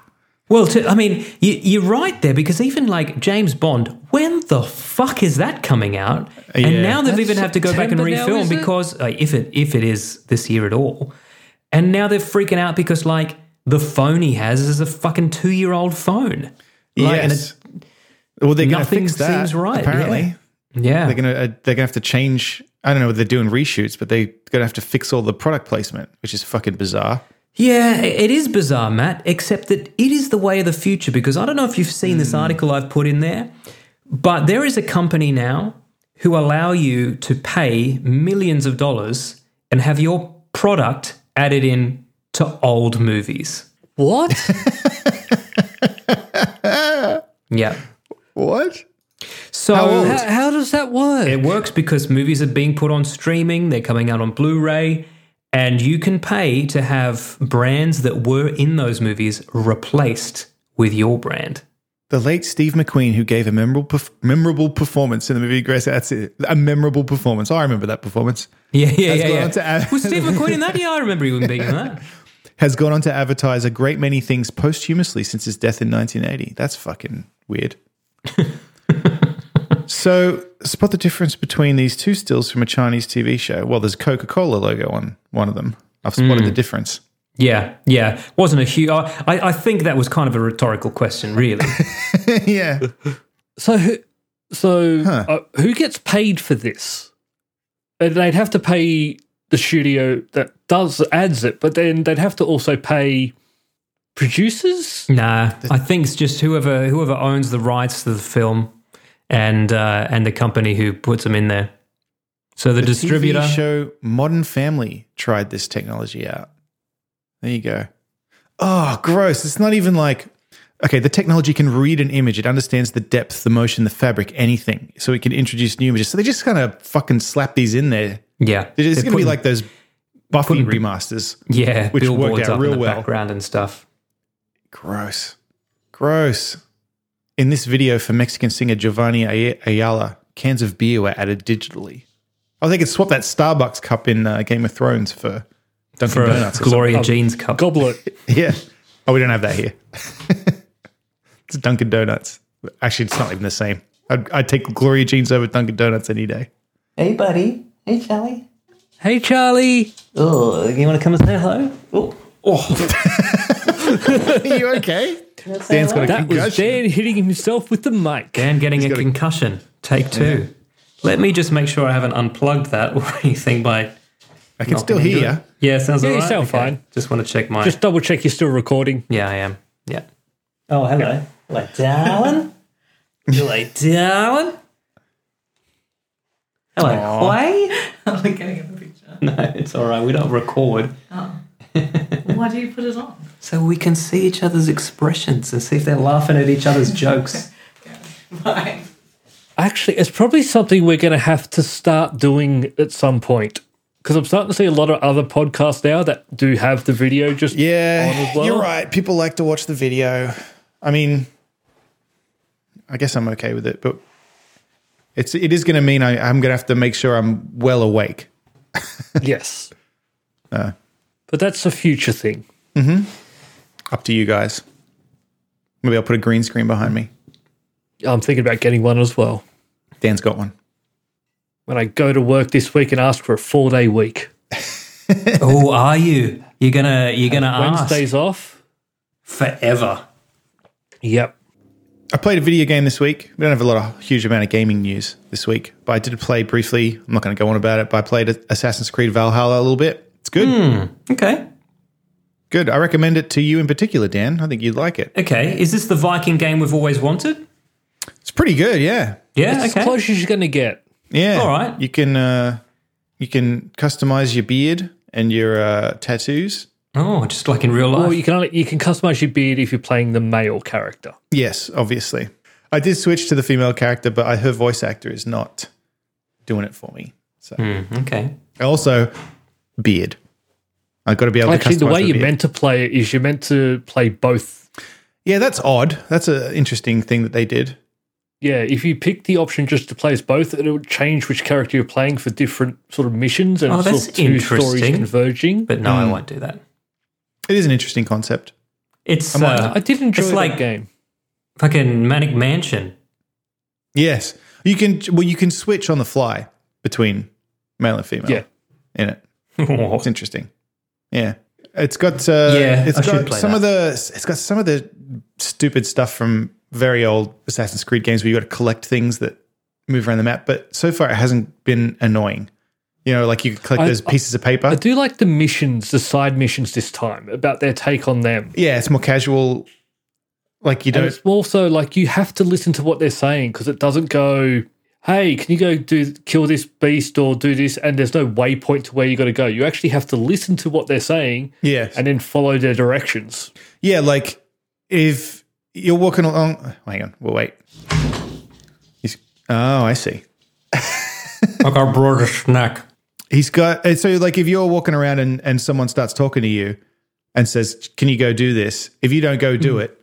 [SPEAKER 2] Well, to, I mean, you, you're right there because even like James Bond, when the fuck is that coming out?
[SPEAKER 3] Yeah.
[SPEAKER 2] And now they've even had to go back and
[SPEAKER 1] September now,
[SPEAKER 2] refilm
[SPEAKER 1] is it?
[SPEAKER 2] because uh, if it if it is this year at all, and now they're freaking out because like the phone he has is a fucking two year old phone. Like, and
[SPEAKER 3] yes. well, they're gonna
[SPEAKER 2] nothing
[SPEAKER 3] fix that.
[SPEAKER 2] seems right,
[SPEAKER 3] Apparently,
[SPEAKER 2] yeah. Yeah,
[SPEAKER 3] they're gonna uh, they're gonna have to change. I don't know. They're doing reshoots, but they're gonna have to fix all the product placement, which is fucking bizarre.
[SPEAKER 2] Yeah, it is bizarre, Matt, except that it is the way of the future because I don't know if you've seen this article I've put in there, but there is a company now who allow you to pay millions of dollars and have your product added in to old movies.
[SPEAKER 1] What?
[SPEAKER 2] Yeah.
[SPEAKER 3] What?
[SPEAKER 2] So
[SPEAKER 1] how, (laughs) how does that work?
[SPEAKER 2] It works because movies are being put on streaming, they're coming out on Blu ray, and you can pay to have brands that were in those movies replaced with your brand.
[SPEAKER 3] The late Steve McQueen, who gave a memorable perf- memorable performance in the movie Grace. That's it. A memorable performance. I remember that performance.
[SPEAKER 2] Yeah, yeah, yeah.
[SPEAKER 3] gone
[SPEAKER 2] yeah.
[SPEAKER 3] on to add-
[SPEAKER 2] Was
[SPEAKER 3] (laughs)
[SPEAKER 2] Steve McQueen in that? Yeah, I remember him being in that.
[SPEAKER 3] Has gone on to advertise a great many things posthumously since his death in 1980. That's fucking weird. so spot the difference between these two stills from a Chinese TV show. Well, there's a Coca Cola logo on one of them. I've spotted the difference. (laughs)
[SPEAKER 2] Yeah, yeah. Wasn't a huge. I, I think that was kind of a rhetorical question, (laughs) really.
[SPEAKER 3] yeah.
[SPEAKER 1] So, who, so uh, who gets paid for this? And They'd have to pay the studio that does adds it, but then they'd have to also pay producers.
[SPEAKER 2] nah, I think it's just whoever whoever owns the rights to the film, and uh, and the company who puts them in there. So the, distributor.
[SPEAKER 3] TV show Modern Family tried this technology out. There you go. Oh, gross. It's not even like okay, the technology can read an image. It understands the depth, the motion, the fabric, anything. So it can introduce new images. So they just kind of fucking slap these in there
[SPEAKER 2] Yeah. They're
[SPEAKER 3] It's going to be
[SPEAKER 2] putting-
[SPEAKER 3] like those Buffy remasters.
[SPEAKER 2] yeah,
[SPEAKER 3] which
[SPEAKER 2] billboards
[SPEAKER 3] worked out
[SPEAKER 2] up
[SPEAKER 3] real
[SPEAKER 2] in the
[SPEAKER 3] well.
[SPEAKER 2] background and stuff.
[SPEAKER 3] Gross. Gross. In this video for Mexican singer Giovanni Ay- Ayala, cans of beer were added digitally. Oh, they could swap that Starbucks cup in uh, Game of Thrones for Dunkin'
[SPEAKER 2] For a (laughs)
[SPEAKER 3] Donuts. or something.
[SPEAKER 2] Gloria Jean's cup.
[SPEAKER 1] Goblet.
[SPEAKER 3] Yeah. Oh, we don't have that here. (laughs) it's Dunkin' Donuts. Actually, it's not even the same. I'd, I'd take Gloria Jeans over Dunkin' Donuts any day.
[SPEAKER 5] Hey, buddy. Hey, Charlie.
[SPEAKER 1] Hey, Charlie.
[SPEAKER 5] Oh, you want to come and say hello? Oh,
[SPEAKER 3] Are you okay? Dan's got a
[SPEAKER 1] That was
[SPEAKER 3] concussion.
[SPEAKER 1] Dan hitting himself with the mic.
[SPEAKER 2] Dan getting a
[SPEAKER 3] got a-
[SPEAKER 2] concussion. Take two. Let me just make sure I haven't unplugged that (laughs) or anything by.
[SPEAKER 3] I can
[SPEAKER 2] knocking
[SPEAKER 3] still
[SPEAKER 2] into
[SPEAKER 3] hear
[SPEAKER 2] it.
[SPEAKER 3] you.
[SPEAKER 2] Yeah, sounds
[SPEAKER 1] Yeah, you
[SPEAKER 2] alright.
[SPEAKER 1] sound fine.
[SPEAKER 2] Just want to check my.
[SPEAKER 1] Just double check you're still recording.
[SPEAKER 2] yeah, I am. Yeah.
[SPEAKER 5] oh hello. Like, darling? You
[SPEAKER 2] (laughs)
[SPEAKER 5] like, darling? Hello,
[SPEAKER 2] (laughs)
[SPEAKER 5] Why?
[SPEAKER 6] I'm like getting in the picture.
[SPEAKER 2] No, it's alright. We don't record.
[SPEAKER 6] Why do you put it on?
[SPEAKER 2] So we can see each other's expressions and see if they're laughing at each other's jokes.
[SPEAKER 6] Why?
[SPEAKER 1] Actually, it's probably something we're going to have to start doing at some point. Because I'm starting to see a lot of other podcasts now that do have the video just on
[SPEAKER 3] Yeah,
[SPEAKER 1] as well.
[SPEAKER 3] you're right. People like to watch the video. I mean, I guess I'm okay with it, but it's it is going to mean I, I'm going to have to make sure I'm well awake.
[SPEAKER 1] Yes.
[SPEAKER 3] Uh.
[SPEAKER 1] But that's a future thing.
[SPEAKER 3] Up to you guys. Maybe I'll put a green screen behind me.
[SPEAKER 1] I'm thinking about getting one as well.
[SPEAKER 3] Dan's got one.
[SPEAKER 1] When I go to work this week and ask for a four day week,
[SPEAKER 2] oh, are you? You're gonna you're gonna ask
[SPEAKER 1] Wednesday's off.
[SPEAKER 2] forever.
[SPEAKER 1] Yep.
[SPEAKER 3] I played a video game this week. We don't have a lot of huge amount of gaming news this week, but I did play briefly. I'm not going to go on about it, but I played Assassin's Creed Valhalla a little bit. It's good.
[SPEAKER 1] Hmm.
[SPEAKER 2] Okay.
[SPEAKER 3] Good. I recommend it to you in particular, Dan. I think you'd like it.
[SPEAKER 2] Okay. Is this the Viking game we've always wanted?
[SPEAKER 3] It's pretty good. Yeah.
[SPEAKER 2] Yeah.
[SPEAKER 1] It's
[SPEAKER 2] okay.
[SPEAKER 1] as close as you're going to get.
[SPEAKER 3] Yeah.
[SPEAKER 2] All right.
[SPEAKER 3] You can uh, you can customize your beard and your uh, tattoos.
[SPEAKER 2] Oh, just like in real
[SPEAKER 1] Or
[SPEAKER 2] life.
[SPEAKER 1] you can only, you can customize your beard if you're playing the male character.
[SPEAKER 3] Yes, obviously. I did switch to the female character, but I, her voice actor is not doing it for me.
[SPEAKER 2] okay.
[SPEAKER 3] Also, beard. I've got to be able
[SPEAKER 1] Actually,
[SPEAKER 3] to customize
[SPEAKER 1] the way
[SPEAKER 3] my
[SPEAKER 1] you're
[SPEAKER 3] beard.
[SPEAKER 1] meant to play it is you're meant to play both.
[SPEAKER 3] Yeah, that's odd. That's an interesting thing that they did.
[SPEAKER 1] Yeah, if you pick the option just to play as both, it will change which character you're playing for different sort of missions and
[SPEAKER 2] Oh,
[SPEAKER 1] sort
[SPEAKER 2] that's
[SPEAKER 1] of two stories
[SPEAKER 2] interesting.
[SPEAKER 1] converging.
[SPEAKER 2] But no, I won't do that.
[SPEAKER 3] It is an interesting concept.
[SPEAKER 2] It's
[SPEAKER 3] on.
[SPEAKER 2] uh,
[SPEAKER 1] I did enjoy
[SPEAKER 2] it's
[SPEAKER 1] that
[SPEAKER 2] like
[SPEAKER 1] game.
[SPEAKER 2] fucking Manic Mansion.
[SPEAKER 3] Yes, you can. Well, you can switch on the fly between male and female.
[SPEAKER 1] Yeah.
[SPEAKER 3] in it.
[SPEAKER 2] Oh,
[SPEAKER 3] It's interesting. Yeah, it's got. Uh,
[SPEAKER 2] Yeah,
[SPEAKER 3] it's
[SPEAKER 2] I should
[SPEAKER 3] got
[SPEAKER 2] play
[SPEAKER 3] some of the. It's got some of the stupid stuff from very old Assassin's Creed games where you got to collect things that move around the map. But so far, it hasn't been annoying. You know, like you could collect
[SPEAKER 1] I-
[SPEAKER 3] those pieces of paper.
[SPEAKER 1] I do like the missions, the side missions this time, about their take on them.
[SPEAKER 3] yeah, it's more casual. Like you
[SPEAKER 1] And
[SPEAKER 3] don't.
[SPEAKER 1] it's also like you have to listen to what they're saying because it doesn't go, "Hey, can you go do kill this beast or do this?" And there's no waypoint to where you got to go. You actually have to listen to what they're saying
[SPEAKER 3] Yeah,
[SPEAKER 1] and then follow their directions.
[SPEAKER 3] Yeah, like if you're walking along, oh, hang on, we'll wait. He's, oh, I see.
[SPEAKER 2] I got brought a snack.
[SPEAKER 3] He's got and so like if you're walking around and and someone starts talking to you and says, "Can you go do this?" If you don't go do
[SPEAKER 2] Mm-hmm.
[SPEAKER 3] it,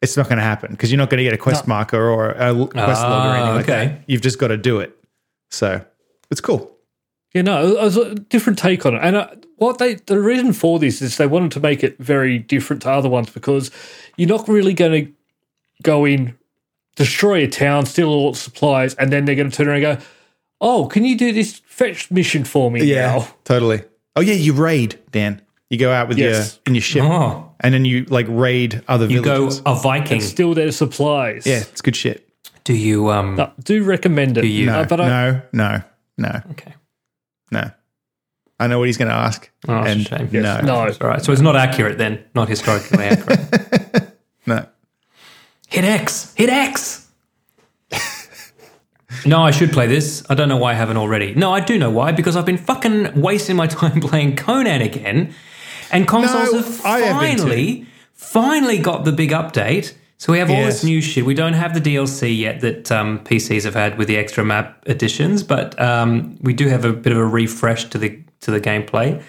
[SPEAKER 3] it's not going to happen because you're not going to get a quest marker or a l- quest log or
[SPEAKER 2] Ah,
[SPEAKER 3] anything like
[SPEAKER 2] okay.
[SPEAKER 3] that. You've just got to do it. So it's cool.
[SPEAKER 1] You know, it was a different take on it. And uh, what they the reason for this is they wanted to make it very different to other ones because you're not really going to go in, destroy a town, steal all its supplies, and then they're going to turn around and go, "Oh, can you do this fetch mission for me now?"
[SPEAKER 3] totally. Oh yeah, you raid, Dan. You go out with
[SPEAKER 1] Yes.
[SPEAKER 3] your in your ship,
[SPEAKER 2] Oh,
[SPEAKER 3] and then you like raid other
[SPEAKER 2] you go
[SPEAKER 3] villages.
[SPEAKER 2] a Viking.
[SPEAKER 1] Steal their supplies.
[SPEAKER 3] yeah, it's good shit.
[SPEAKER 2] Do you um?
[SPEAKER 1] No, do recommend it.
[SPEAKER 2] Do you?
[SPEAKER 3] No,
[SPEAKER 1] Uh, but I,
[SPEAKER 3] no, no, no.
[SPEAKER 2] Okay.
[SPEAKER 3] No. I know what he's going to ask.
[SPEAKER 2] Oh, that's a
[SPEAKER 3] and
[SPEAKER 2] shame.
[SPEAKER 3] No.
[SPEAKER 1] no.
[SPEAKER 2] All right, so it's not accurate then, not historically accurate.
[SPEAKER 3] No.
[SPEAKER 2] Hit X, hit X. no, I should play this. I don't know why I haven't already. No, I do know why because I've been fucking wasting my (laughs) time playing Conan again, and consoles
[SPEAKER 3] No,
[SPEAKER 2] have
[SPEAKER 3] I have been
[SPEAKER 2] finally, finally got the big update. So we have all
[SPEAKER 3] Yes.
[SPEAKER 2] this new shit. We don't have the DLC yet that um, PCs have had with the extra map additions, but um, we do have a bit of a refresh to the to the gameplay. Um,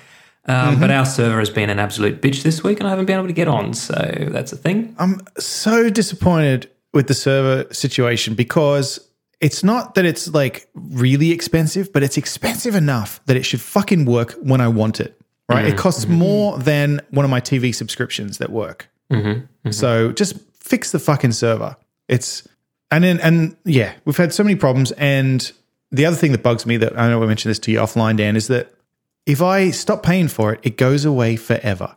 [SPEAKER 3] Mm-hmm.
[SPEAKER 2] But our server has been an absolute bitch this week, and I haven't been able to get on. So that's a thing.
[SPEAKER 3] I'm so disappointed with the server situation because it's not that it's like really expensive, but it's expensive enough that it should fucking work when I want it. Right? It costs more than one of my TV subscriptions that work. Mm-hmm. So just fix the fucking server. It's and then and yeah, we've had so many problems. And the other thing that bugs me that I know I mentioned this to you offline, Dan, is that if I stop paying for it, it goes away forever.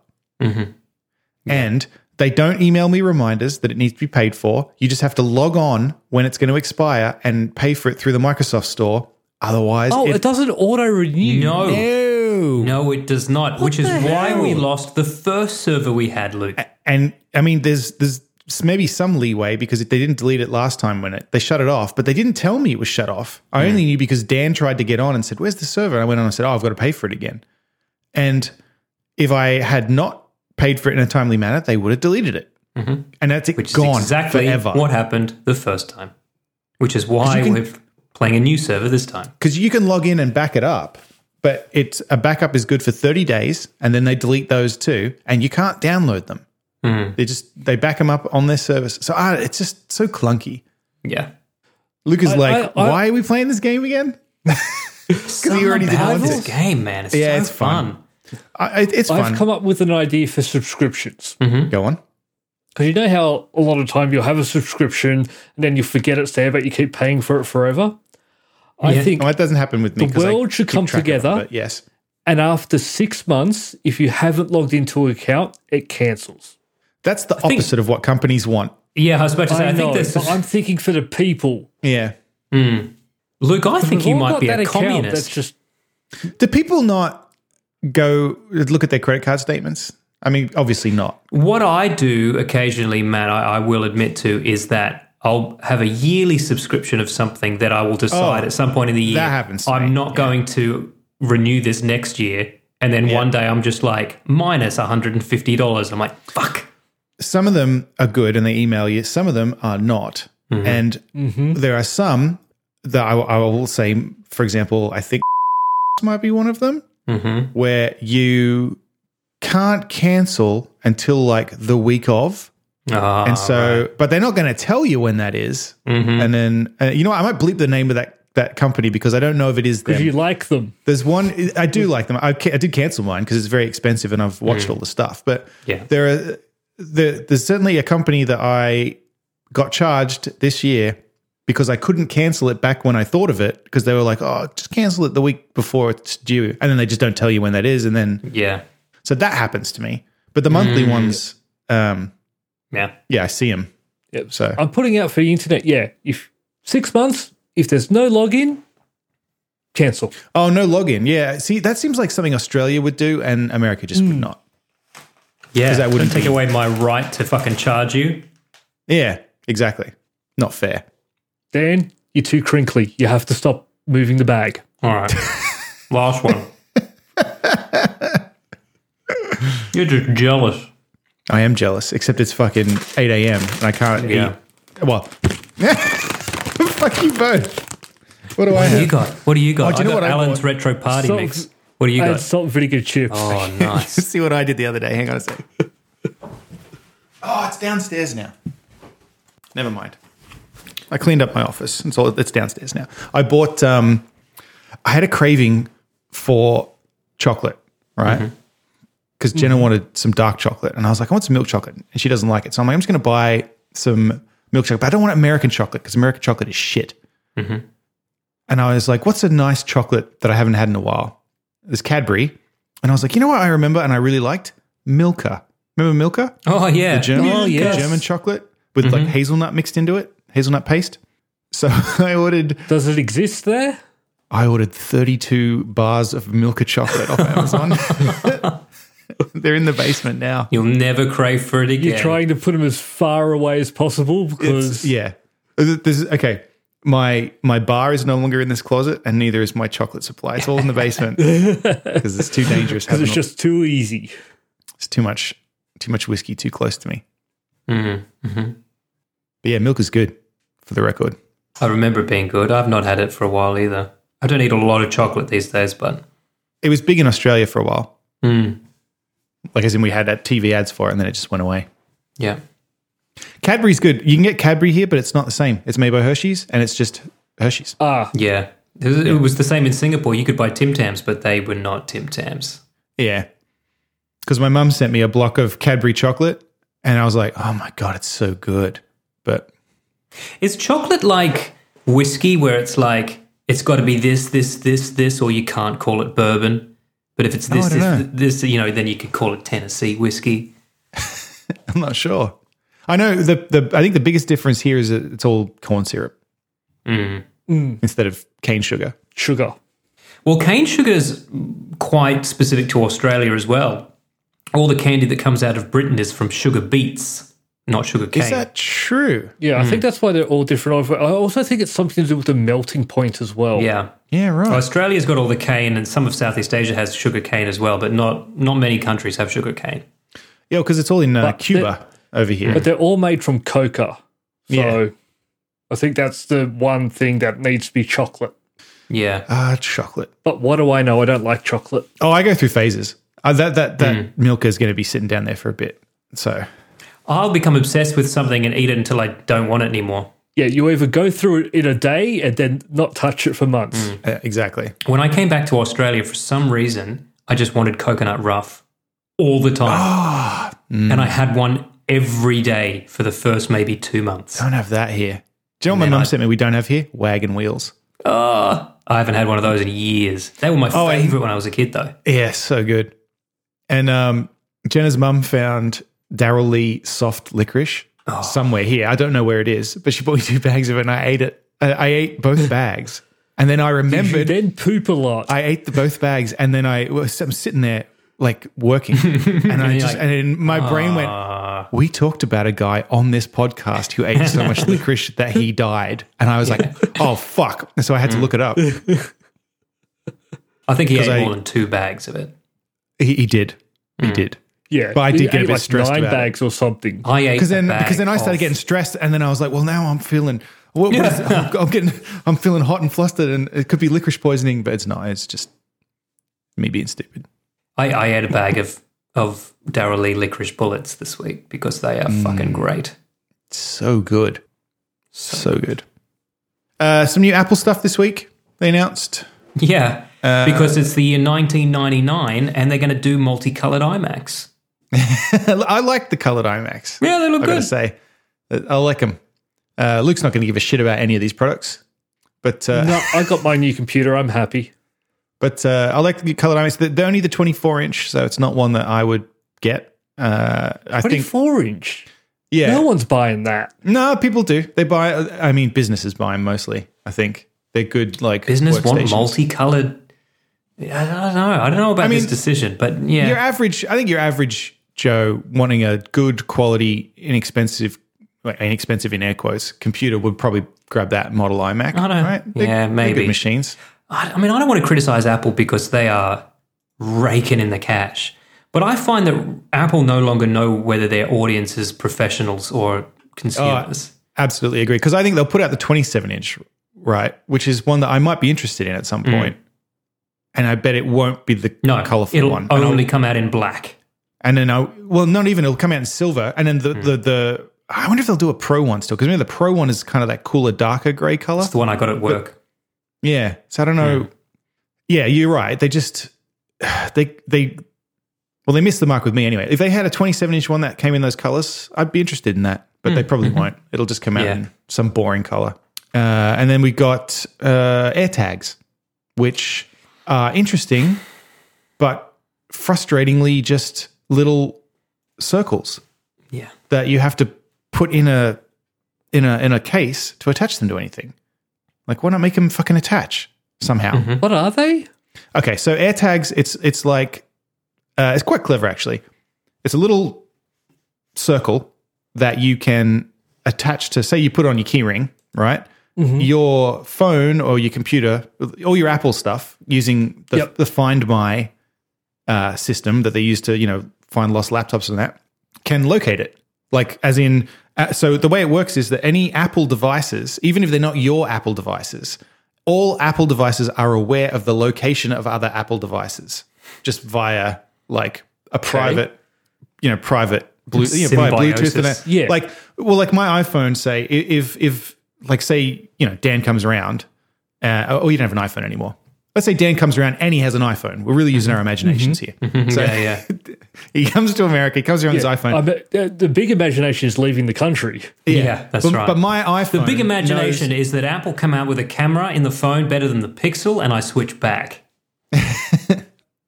[SPEAKER 3] And they don't email me reminders that it needs to be paid for. You just have to log on when it's going to expire and pay for it through the Microsoft Store. Otherwise,
[SPEAKER 1] Oh, it,
[SPEAKER 3] it,
[SPEAKER 1] doesn't auto renew.
[SPEAKER 2] No.
[SPEAKER 3] no.
[SPEAKER 2] No, it does not, which is
[SPEAKER 1] the
[SPEAKER 2] why we
[SPEAKER 1] hell? Uh,
[SPEAKER 2] lost the first server we had, Luke.
[SPEAKER 3] And I mean, there's there's maybe some leeway because they didn't delete it last time when it they shut it off, but they didn't tell me it was shut off. I
[SPEAKER 2] Hmm.
[SPEAKER 3] only knew because Dan tried to get on and said, "Where's the server?" And I went on and said, "Oh, I've got to pay for it again." And if I had not paid for it in a timely manner, they would have deleted it. And that's it
[SPEAKER 2] Mm-hmm. which
[SPEAKER 3] gone
[SPEAKER 2] is exactly
[SPEAKER 3] forever.
[SPEAKER 2] what happened the first time, which is why
[SPEAKER 3] can-
[SPEAKER 2] we're playing a new server this time.
[SPEAKER 3] because you can log in and back it up, but it's a backup is good for 30 days, and then they delete those too, and you can't download them.
[SPEAKER 2] Hmm.
[SPEAKER 3] They just they back them up on their service. So ah, it's just so clunky.
[SPEAKER 2] Yeah,
[SPEAKER 3] Luke is
[SPEAKER 1] I-
[SPEAKER 3] like,
[SPEAKER 1] I- I-
[SPEAKER 3] why are we playing this game again?
[SPEAKER 2] because
[SPEAKER 3] you already did
[SPEAKER 2] about
[SPEAKER 3] this.
[SPEAKER 2] this game, man. It's
[SPEAKER 3] Yeah,
[SPEAKER 2] so
[SPEAKER 3] it's fun. I, it- it's
[SPEAKER 1] I've
[SPEAKER 3] fun.
[SPEAKER 1] come up with an idea for subscriptions.
[SPEAKER 2] Mm.
[SPEAKER 1] Because
[SPEAKER 3] Go on.
[SPEAKER 1] you know how a lot of time you'll have a subscription and then you forget it's there, but you keep paying for it forever? I think,
[SPEAKER 3] No, that doesn't happen with me.
[SPEAKER 1] The
[SPEAKER 3] 'cause I
[SPEAKER 1] world should
[SPEAKER 3] keep
[SPEAKER 1] come
[SPEAKER 3] track of it,
[SPEAKER 1] together.
[SPEAKER 3] but yes.
[SPEAKER 1] and after six months, if you haven't logged into an account, it cancels.
[SPEAKER 3] That's the
[SPEAKER 2] think-
[SPEAKER 3] opposite of what companies want.
[SPEAKER 2] Yeah, I was about to say. I,
[SPEAKER 1] I, know,
[SPEAKER 2] think this.
[SPEAKER 1] but I'm thinking for the people.
[SPEAKER 3] Yeah.
[SPEAKER 2] Luke, I think
[SPEAKER 1] We've
[SPEAKER 2] you
[SPEAKER 1] all
[SPEAKER 2] might
[SPEAKER 1] got
[SPEAKER 2] be
[SPEAKER 1] that
[SPEAKER 2] a
[SPEAKER 1] account
[SPEAKER 2] communist.
[SPEAKER 1] That's just
[SPEAKER 3] Do people not go look at their credit card statements? I mean, obviously not.
[SPEAKER 2] What I do occasionally, Matt, I, I will admit to, is that I'll have a yearly subscription of something that I will decide
[SPEAKER 3] Oh,
[SPEAKER 2] at some point in the year.
[SPEAKER 3] that happens to me,
[SPEAKER 2] I'm not going to renew this next year. And then one day I'm just like, minus $150. I'm like, fuck.
[SPEAKER 3] some of them are good and they email you. Some of them are not,
[SPEAKER 1] Mm-hmm.
[SPEAKER 3] and there are some that I, I will say. For example, I think (laughs) might be one of them
[SPEAKER 1] Mm-hmm.
[SPEAKER 3] where you can't cancel until like the week of,
[SPEAKER 2] Ah,
[SPEAKER 3] and so but they're not going to tell you when that is. and then uh, you know what? I might bleep the name of that that company because I don't know if it is them.
[SPEAKER 1] if you like them.
[SPEAKER 3] There's one I do like them. I, ca- I did cancel mine because it's very expensive, and I've watched all the stuff. But
[SPEAKER 2] Yeah.
[SPEAKER 3] there are there, there's certainly a company that I got charged this year because I couldn't cancel it back when I thought of it because they were like, oh, just cancel it the week before it's due, and then they just don't tell you when that is, and then
[SPEAKER 2] yeah.
[SPEAKER 3] so that happens to me. But the monthly ones, um,
[SPEAKER 2] Yeah.
[SPEAKER 3] yeah, I see them.
[SPEAKER 1] Yep.
[SPEAKER 3] So
[SPEAKER 1] I'm putting out for the internet. Yeah, if six months, if there's no login, cancel.
[SPEAKER 3] oh no, login. Yeah, see that seems like something Australia would do, and America just would not.
[SPEAKER 2] Yeah.
[SPEAKER 3] that wouldn't
[SPEAKER 2] Don't take
[SPEAKER 3] be-
[SPEAKER 2] away my right to fucking charge you.
[SPEAKER 3] Yeah, exactly. Not fair.
[SPEAKER 1] Dan, you're too crinkly. You have to stop moving the bag.
[SPEAKER 2] All
[SPEAKER 3] (laughs)
[SPEAKER 2] right. Last one. You're just jealous.
[SPEAKER 3] I am jealous, except it's fucking 8 a.m. and I can't
[SPEAKER 2] Yeah.
[SPEAKER 3] eat. Well, fuck you both. What do
[SPEAKER 2] (laughs) What
[SPEAKER 3] I
[SPEAKER 2] do you
[SPEAKER 3] have?
[SPEAKER 2] got? What do you got?
[SPEAKER 3] Oh, do you know
[SPEAKER 2] I got
[SPEAKER 3] what I
[SPEAKER 2] Alan's
[SPEAKER 3] bought?
[SPEAKER 2] retro party
[SPEAKER 1] So-
[SPEAKER 2] mix. What do you
[SPEAKER 1] I
[SPEAKER 2] got?
[SPEAKER 1] had salt and vinegar chips.
[SPEAKER 2] oh, nice.
[SPEAKER 3] (laughs) See what I did the other day. Hang on a sec. (laughs) oh, it's downstairs now. Never mind. I cleaned up my office. It's all it's downstairs now. I bought. Um, I had a craving for chocolate, right? Because Jenna wanted some dark chocolate, and I was like, I want some milk chocolate, and she doesn't like it. So I'm like, I'm just going to buy some milk chocolate, but I don't want American chocolate because American chocolate is shit. Mm-hmm. And I was like, what's a nice chocolate that I haven't had in a while? It was Cadbury, and I was like, you know what I remember and I really liked Milka. Remember Milka?
[SPEAKER 2] (laughs) Oh, yeah.
[SPEAKER 3] German,
[SPEAKER 2] Oh,
[SPEAKER 3] the
[SPEAKER 2] yes.
[SPEAKER 3] German chocolate with like hazelnut mixed into it, hazelnut paste. So (laughs) I ordered,
[SPEAKER 1] Does it exist there?
[SPEAKER 3] I ordered 32 bars of Milka chocolate off Amazon. (laughs) They're in the basement now.
[SPEAKER 2] You'll never crave for it again.
[SPEAKER 1] You're trying to put them as far away as possible because
[SPEAKER 3] Yeah. This is, okay. My my bar is no longer in this closet, and neither is my chocolate supply. It's all in the basement because it's too dangerous. having
[SPEAKER 1] it's
[SPEAKER 3] all-
[SPEAKER 1] just too easy.
[SPEAKER 3] it's too much, too much whiskey too close to me. But yeah, milk is good for the record.
[SPEAKER 2] I remember it being good. I've not had it for a while either. I don't eat a lot of chocolate these days, but
[SPEAKER 3] It was big in Australia for a while. Like, as in, we had that TV ads for it and then it just went away.
[SPEAKER 2] yeah.
[SPEAKER 3] Cadbury's good. You can get Cadbury here, but it's not the same. It's made by Hershey's and it's just Hershey's.
[SPEAKER 1] Ah,
[SPEAKER 2] Yeah. It was, it was the same in Singapore. You could buy Tim Tams, but they were not Tim Tams.
[SPEAKER 3] Yeah. Because my mum sent me a block of Cadbury chocolate and I was like, oh my God, it's so good. But
[SPEAKER 2] Is chocolate like whiskey, where it's like, it's got to be this, this, this, this, or you can't call it bourbon? But if it's this,
[SPEAKER 3] I don't know.
[SPEAKER 2] this, this, you Oh, know, then you could call it Tennessee whiskey.
[SPEAKER 3] I'm not sure. I know the, the I think the biggest difference here is that it's all corn syrup
[SPEAKER 1] Mm-hmm.
[SPEAKER 3] instead of cane sugar.
[SPEAKER 1] sugar.
[SPEAKER 2] Well, cane sugar is quite specific to Australia as well. All the candy that comes out of Britain is from sugar beets, not sugar cane.
[SPEAKER 3] Is that true?
[SPEAKER 1] Yeah, I think that's why they're all different. over- I also think it's something to do with the melting point as well.
[SPEAKER 2] yeah.
[SPEAKER 3] Yeah, right.
[SPEAKER 2] Australia's got all the cane, and some of Southeast Asia has sugar cane as well, but not not many countries have sugar cane.
[SPEAKER 3] Yeah, because it's all in uh,
[SPEAKER 1] But the-
[SPEAKER 3] Cuba over here.
[SPEAKER 1] But they're all made from coca. So
[SPEAKER 3] Yeah.
[SPEAKER 1] I think that's the one thing that needs to be chocolate.
[SPEAKER 2] Yeah,
[SPEAKER 3] Ah, chocolate.
[SPEAKER 1] But what do I know? I don't like chocolate.
[SPEAKER 3] Oh, I go through phases. Uh, that that that
[SPEAKER 1] Mm.
[SPEAKER 3] milk is going to be sitting down there for a bit. So
[SPEAKER 2] I'll become obsessed with something and eat it until I don't want it anymore.
[SPEAKER 1] Yeah, you either go through it in a day and then not touch it for months.
[SPEAKER 3] uh, exactly.
[SPEAKER 2] When I came back to Australia, for some reason, I just wanted coconut rough all the time,
[SPEAKER 3] Ah, mm.
[SPEAKER 2] and I had one every day for the first maybe two months.
[SPEAKER 3] Don't have that here. Do you know what my mum sent me? We don't have here wagon wheels.
[SPEAKER 2] I haven't had one of those in years. They were my
[SPEAKER 3] Oh, and-
[SPEAKER 2] favorite when I was a kid, though.
[SPEAKER 3] Yeah, so good. And um, Jenna's mum found Daryl Lee soft licorice somewhere here. I don't know where it is, but she bought me two bags of it, and I ate it. I, I ate both bags, and then I
[SPEAKER 1] You
[SPEAKER 3] remembered
[SPEAKER 1] then poop a lot.
[SPEAKER 3] I ate the both bags, and then I was I'm sitting there like working, and I just and then my brain went. We talked about a guy on this podcast who ate so much licorice that he died, and I was like, "Oh fuck!" And so I had to look it up. He,
[SPEAKER 2] I think he ate
[SPEAKER 3] I-
[SPEAKER 2] more than two bags of it.
[SPEAKER 3] he did, he did.
[SPEAKER 1] yeah,
[SPEAKER 3] but I
[SPEAKER 1] You
[SPEAKER 3] did get a
[SPEAKER 1] ate
[SPEAKER 3] bit
[SPEAKER 1] like
[SPEAKER 3] stressed
[SPEAKER 1] nine
[SPEAKER 3] about it.
[SPEAKER 1] bags or
[SPEAKER 3] (laughs)
[SPEAKER 1] something.
[SPEAKER 2] I ate
[SPEAKER 3] because
[SPEAKER 2] a
[SPEAKER 3] then
[SPEAKER 2] bag
[SPEAKER 3] because then I started
[SPEAKER 2] of-
[SPEAKER 3] getting stressed, and then I was like, well, now I'm feeling. What, what is, I'm, I'm getting, I'm feeling hot and flustered, and it could be licorice poisoning, but it's not. It's just me being stupid.
[SPEAKER 2] I, I ate a bag of of Daryl Lee licorice bullets this week because they are
[SPEAKER 3] Mm.
[SPEAKER 2] fucking great. (laughs)
[SPEAKER 3] So good, so, good. Uh, some new Apple stuff this week. They announced. (laughs)
[SPEAKER 2] Yeah,
[SPEAKER 3] Uh,
[SPEAKER 2] because it's the year 1999 and they're going to do multicolored IMAX.
[SPEAKER 3] I like the colored IMAX.
[SPEAKER 2] Yeah, they look
[SPEAKER 3] I gotta
[SPEAKER 2] good.
[SPEAKER 3] say, Uh, I like them. Uh, Luke's not going to give a shit about any of these products, but uh,
[SPEAKER 1] no, I got my new computer. I'm happy.
[SPEAKER 3] But uh, I like the colored IMAX. They're- They're only the 24 inch, so it's not one that I would get. Uh, I think,
[SPEAKER 1] 24 inch.
[SPEAKER 3] yeah,
[SPEAKER 1] No
[SPEAKER 3] no,
[SPEAKER 1] one's buying that.
[SPEAKER 3] people do. They buy. I mean, businesses buy them mostly. I think they're good. Like
[SPEAKER 2] Business want
[SPEAKER 3] workstations.
[SPEAKER 2] multicolored. I don't know. I don't know about
[SPEAKER 3] I
[SPEAKER 2] this
[SPEAKER 3] mean,
[SPEAKER 2] decision, but yeah,
[SPEAKER 3] Your average, I think, your average Joe wanting a good quality, inexpensive, well, inexpensive in air quotes, computer would probably grab that model iMac.
[SPEAKER 2] I don't-
[SPEAKER 3] right? They're-
[SPEAKER 2] yeah,
[SPEAKER 3] they're
[SPEAKER 2] maybe.
[SPEAKER 3] good machines.
[SPEAKER 2] I, I mean, I don't want to criticize Apple because they are raking in the cash. But I find that Apple no longer know whether their audience is professionals or consumers.
[SPEAKER 3] Absolutely agree. Because I think they'll put out the 27 inch, right? Which is one that I might be interested in at some point. And I bet it won't be the
[SPEAKER 2] Mm. no,
[SPEAKER 3] Oh, colorful
[SPEAKER 2] it'll
[SPEAKER 3] one. And, I'll-
[SPEAKER 2] only come out in black.
[SPEAKER 3] and then I, well, not even, it'll come out in silver. And then the,
[SPEAKER 2] Hmm.
[SPEAKER 3] the, the, I wonder if they'll do a pro one still. Because remember, the pro one is kind of that cooler, darker gray color.
[SPEAKER 2] It's the one I got at work.
[SPEAKER 3] Yeah. So I don't know. Yeah, you're right. They just, (sighs) they, they, well, they missed the mark with me anyway. If they had a 27 inch one that came in those colors, I'd be interested in that, but they probably won't. It'll just come out
[SPEAKER 2] Yeah.
[SPEAKER 3] in some boring color. Uh, and then we got uh, AirTags, which are interesting, but frustratingly just little circles
[SPEAKER 2] Yeah.
[SPEAKER 3] that you have to put in a in a in a case to attach them to anything. Like, why not make them fucking attach somehow?
[SPEAKER 1] What are they?
[SPEAKER 3] Okay, so AirTags, it's it's like uh, it's quite clever actually. It's a little circle that you can attach to. Say you put on your keyring, right? Your phone or your computer, all your Apple stuff, using the,
[SPEAKER 1] Yep.
[SPEAKER 3] the Find My uh, system that they use to you know find lost laptops and that, can locate it Like, as in, uh, so the way it works is that any Apple devices, even if they're not your Apple devices, all Apple devices are aware of the location of other Apple devices just via like a private, you know, private blue, you know, via Bluetooth. And a,
[SPEAKER 2] Symbiosis.
[SPEAKER 1] Yeah.
[SPEAKER 3] Like, well, like my iPhone, say, i- if, if, like, say, you know, Dan comes around, uh, oh, you don't have an iPhone anymore. Let's say Dan comes around and he has an iPhone. We're really using our imaginations
[SPEAKER 2] Mm-hmm.
[SPEAKER 3] here. So yeah, (laughs) he comes to America, he comes around with his iPhone.
[SPEAKER 1] I bet, uh, the big imagination is leaving the country.
[SPEAKER 2] Yeah, that's
[SPEAKER 3] but,
[SPEAKER 2] right.
[SPEAKER 3] But my iPhone.
[SPEAKER 2] the big imagination is that Apple come out with a camera in the phone better than the Pixel, and I switch back.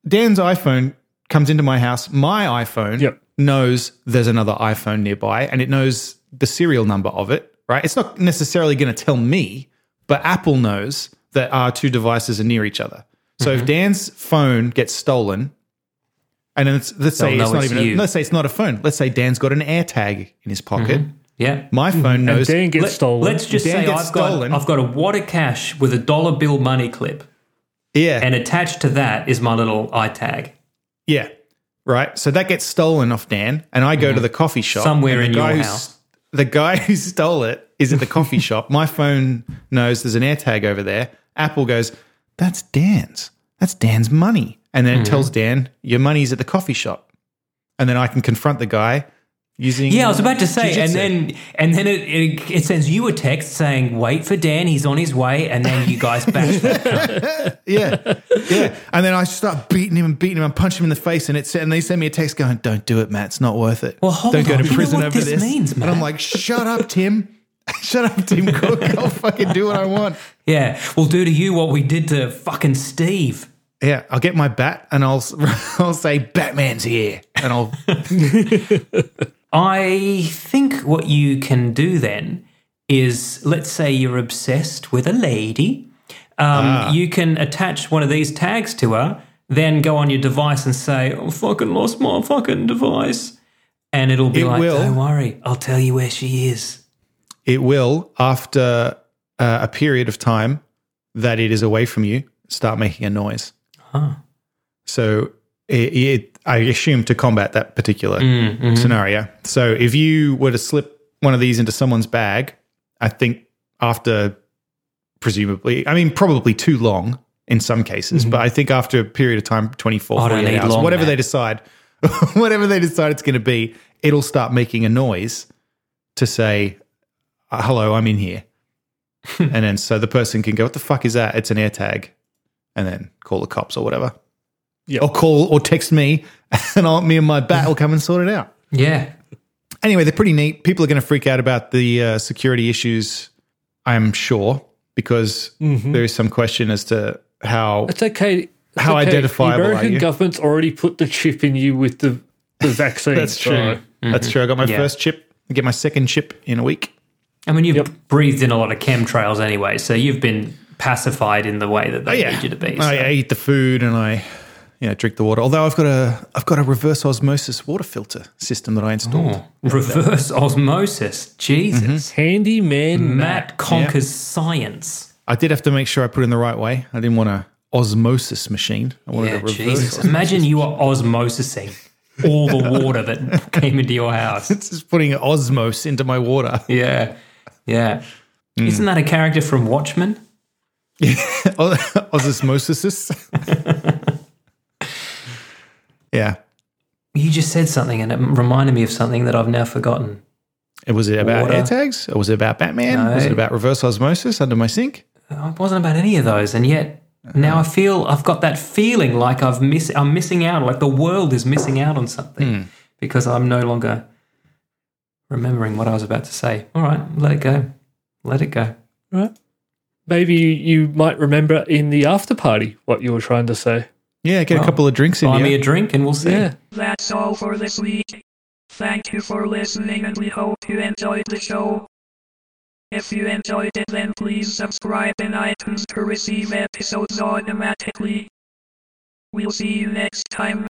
[SPEAKER 3] Dan's iPhone comes into my house. My iPhone
[SPEAKER 1] Yep.
[SPEAKER 3] knows there's another iPhone nearby and it knows the serial number of it, right? It's not necessarily going to tell me, but Apple knows that our two devices are near each other. So
[SPEAKER 2] Mm-hmm.
[SPEAKER 3] if Dan's phone gets stolen, and then it's, let's say
[SPEAKER 2] They'll
[SPEAKER 3] it's
[SPEAKER 2] know
[SPEAKER 3] not
[SPEAKER 2] it's
[SPEAKER 3] even a,
[SPEAKER 2] you.
[SPEAKER 3] let's say it's not a phone. Let's say Dan's got an AirTag in his pocket.
[SPEAKER 2] Yeah.
[SPEAKER 3] My phone knows
[SPEAKER 1] Dan gets stolen.
[SPEAKER 2] Let's just
[SPEAKER 3] Dan
[SPEAKER 2] say
[SPEAKER 3] gets
[SPEAKER 2] I've
[SPEAKER 3] stolen.
[SPEAKER 2] got I've got a wad of cash with a dollar bill money clip,
[SPEAKER 3] yeah,
[SPEAKER 2] and attached to that is my little iTag.
[SPEAKER 3] Yeah. Right. So that gets stolen off Dan, and I go to the coffee shop
[SPEAKER 2] Somewhere
[SPEAKER 3] and the
[SPEAKER 2] in
[SPEAKER 3] guy
[SPEAKER 2] your
[SPEAKER 3] who
[SPEAKER 2] house.
[SPEAKER 3] The guy who stole it is at the coffee shop. My phone knows there's an AirTag over there. Apple goes, "That's Dan's. That's Dan's money," and
[SPEAKER 2] Hmm.
[SPEAKER 3] then it tells Dan, "Your money's at the coffee shop," and then I can confront the guy using.
[SPEAKER 2] Yeah, I was about to say,
[SPEAKER 3] jujitsu.
[SPEAKER 2] and then and then it, it it sends you a text saying, "Wait for Dan, he's on his way," and then you guys bash
[SPEAKER 3] (laughs)
[SPEAKER 2] that.
[SPEAKER 3] yeah, yeah, (laughs) and then I start beating him and beating him and punch him in the face, and it's and they send me a text going, "Don't do it, Matt. It's not worth it.
[SPEAKER 2] Well, hold on.
[SPEAKER 3] Don't go
[SPEAKER 2] You
[SPEAKER 3] to
[SPEAKER 2] know
[SPEAKER 3] prison
[SPEAKER 2] what
[SPEAKER 3] over
[SPEAKER 2] this
[SPEAKER 3] this."
[SPEAKER 2] means,
[SPEAKER 3] and
[SPEAKER 2] Matt.
[SPEAKER 3] I'm like, "Shut up, Tim. (laughs) Shut up, Tim Cook. I'll fucking do what I want.
[SPEAKER 2] Yeah, we'll do to you what we did to fucking Steve.
[SPEAKER 3] Yeah, I'll get my bat and I'll (laughs) I'll say Batman's here,
[SPEAKER 2] (laughs)
[SPEAKER 3] and I'll
[SPEAKER 2] I think what you can do then is let's say you're obsessed with a lady. Um,
[SPEAKER 3] Ah.
[SPEAKER 2] You can attach one of these tags to her, then go on your device and say, oh, fucking lost my fucking device. And it'll be
[SPEAKER 3] It
[SPEAKER 2] like,
[SPEAKER 3] will.
[SPEAKER 2] don't worry, I'll tell you where she is.
[SPEAKER 3] it will after uh, a period of time that it is away from you start making a noise. So it, it, I assume to combat that
[SPEAKER 2] Mm.
[SPEAKER 3] particular
[SPEAKER 2] Mm-hmm.
[SPEAKER 3] mm-hmm. scenario. So if you were to slip one of these into someone's bag, I think after presumably, I mean, probably too long in some cases, but I think after a period of time, 24,
[SPEAKER 2] Mm-hmm. Oh, I don't
[SPEAKER 3] 48
[SPEAKER 2] need
[SPEAKER 3] hours,
[SPEAKER 2] long,
[SPEAKER 3] whatever
[SPEAKER 2] man.
[SPEAKER 3] they decide, (laughs) whatever they decide it's going to be, it'll start making a noise to say, uh, hello, I'm
[SPEAKER 2] (laughs)
[SPEAKER 3] in here. and then so the person can go, what the fuck is that? It's an air tag. And then call the cops or whatever.
[SPEAKER 1] Yeah.
[SPEAKER 3] Or call or text me (laughs) and I'll, me and my bat will come and sort it out.
[SPEAKER 2] Yeah.
[SPEAKER 3] Anyway, they're pretty neat. People are going to freak out about the uh, security issues, I'm sure, because there is some question as to how.
[SPEAKER 1] It's okay. it's
[SPEAKER 3] How
[SPEAKER 1] okay.
[SPEAKER 3] identifiable
[SPEAKER 1] The
[SPEAKER 3] are
[SPEAKER 1] American
[SPEAKER 3] you?
[SPEAKER 1] government's already put the chip in you with the,
[SPEAKER 3] (laughs)
[SPEAKER 1] the vaccine.
[SPEAKER 3] That's true. That's true. I got my
[SPEAKER 2] Mm-hmm. Yeah.
[SPEAKER 3] first chip. I get my second chip in a week.
[SPEAKER 2] I mean, you've breathed in a lot of chemtrails anyway, so you've been pacified in the way
[SPEAKER 3] Oh,
[SPEAKER 2] that they need you to be. so-
[SPEAKER 3] I, I eat the food and I, you know, drink the water. Although I've got a I've got a reverse osmosis water filter system that I installed.
[SPEAKER 2] oh, Reverse osmosis. Jesus.
[SPEAKER 3] Mm-hmm.
[SPEAKER 1] Handy man
[SPEAKER 2] Matt conquers science.
[SPEAKER 3] I did have to make sure I put it in the right way. I didn't want a osmosis machine. I wanted a
[SPEAKER 2] Yeah,
[SPEAKER 3] reverse. (laughs)
[SPEAKER 2] Jesus.
[SPEAKER 3] osmosis.
[SPEAKER 2] Imagine you are osmosising all the water that came into your
[SPEAKER 3] (laughs)
[SPEAKER 2] house.
[SPEAKER 3] It's just putting osmos into my water.
[SPEAKER 2] Yeah. Yeah.
[SPEAKER 3] Hmm.
[SPEAKER 2] Isn't that a character from Watchmen?
[SPEAKER 3] (laughs) osmosis. yeah.
[SPEAKER 2] You just said something and it reminded me of something that I've now forgotten.
[SPEAKER 3] It was it about
[SPEAKER 2] Water.
[SPEAKER 3] air tags? Or was it about Batman? Was it
[SPEAKER 2] No.
[SPEAKER 3] about reverse osmosis under my sink?
[SPEAKER 2] It wasn't about any of those, and yet now I feel I've got that feeling like I've miss I'm missing out, like the world is missing out on something because I'm no longer remembering what I was about to say. All right, let it go, let it go.
[SPEAKER 3] Hmm.
[SPEAKER 1] Right. Maybe you, you might remember in the after party what you were trying to say.
[SPEAKER 3] Yeah, get a
[SPEAKER 2] Well,
[SPEAKER 3] couple of drinks in
[SPEAKER 2] Buy me
[SPEAKER 3] here.
[SPEAKER 2] a drink, and we'll see.
[SPEAKER 1] Yeah.
[SPEAKER 7] That's all for this week. Thank you for listening and we hope you enjoyed the show. If you enjoyed it then please subscribe in iTunes to receive episodes automatically. We'll see you next time.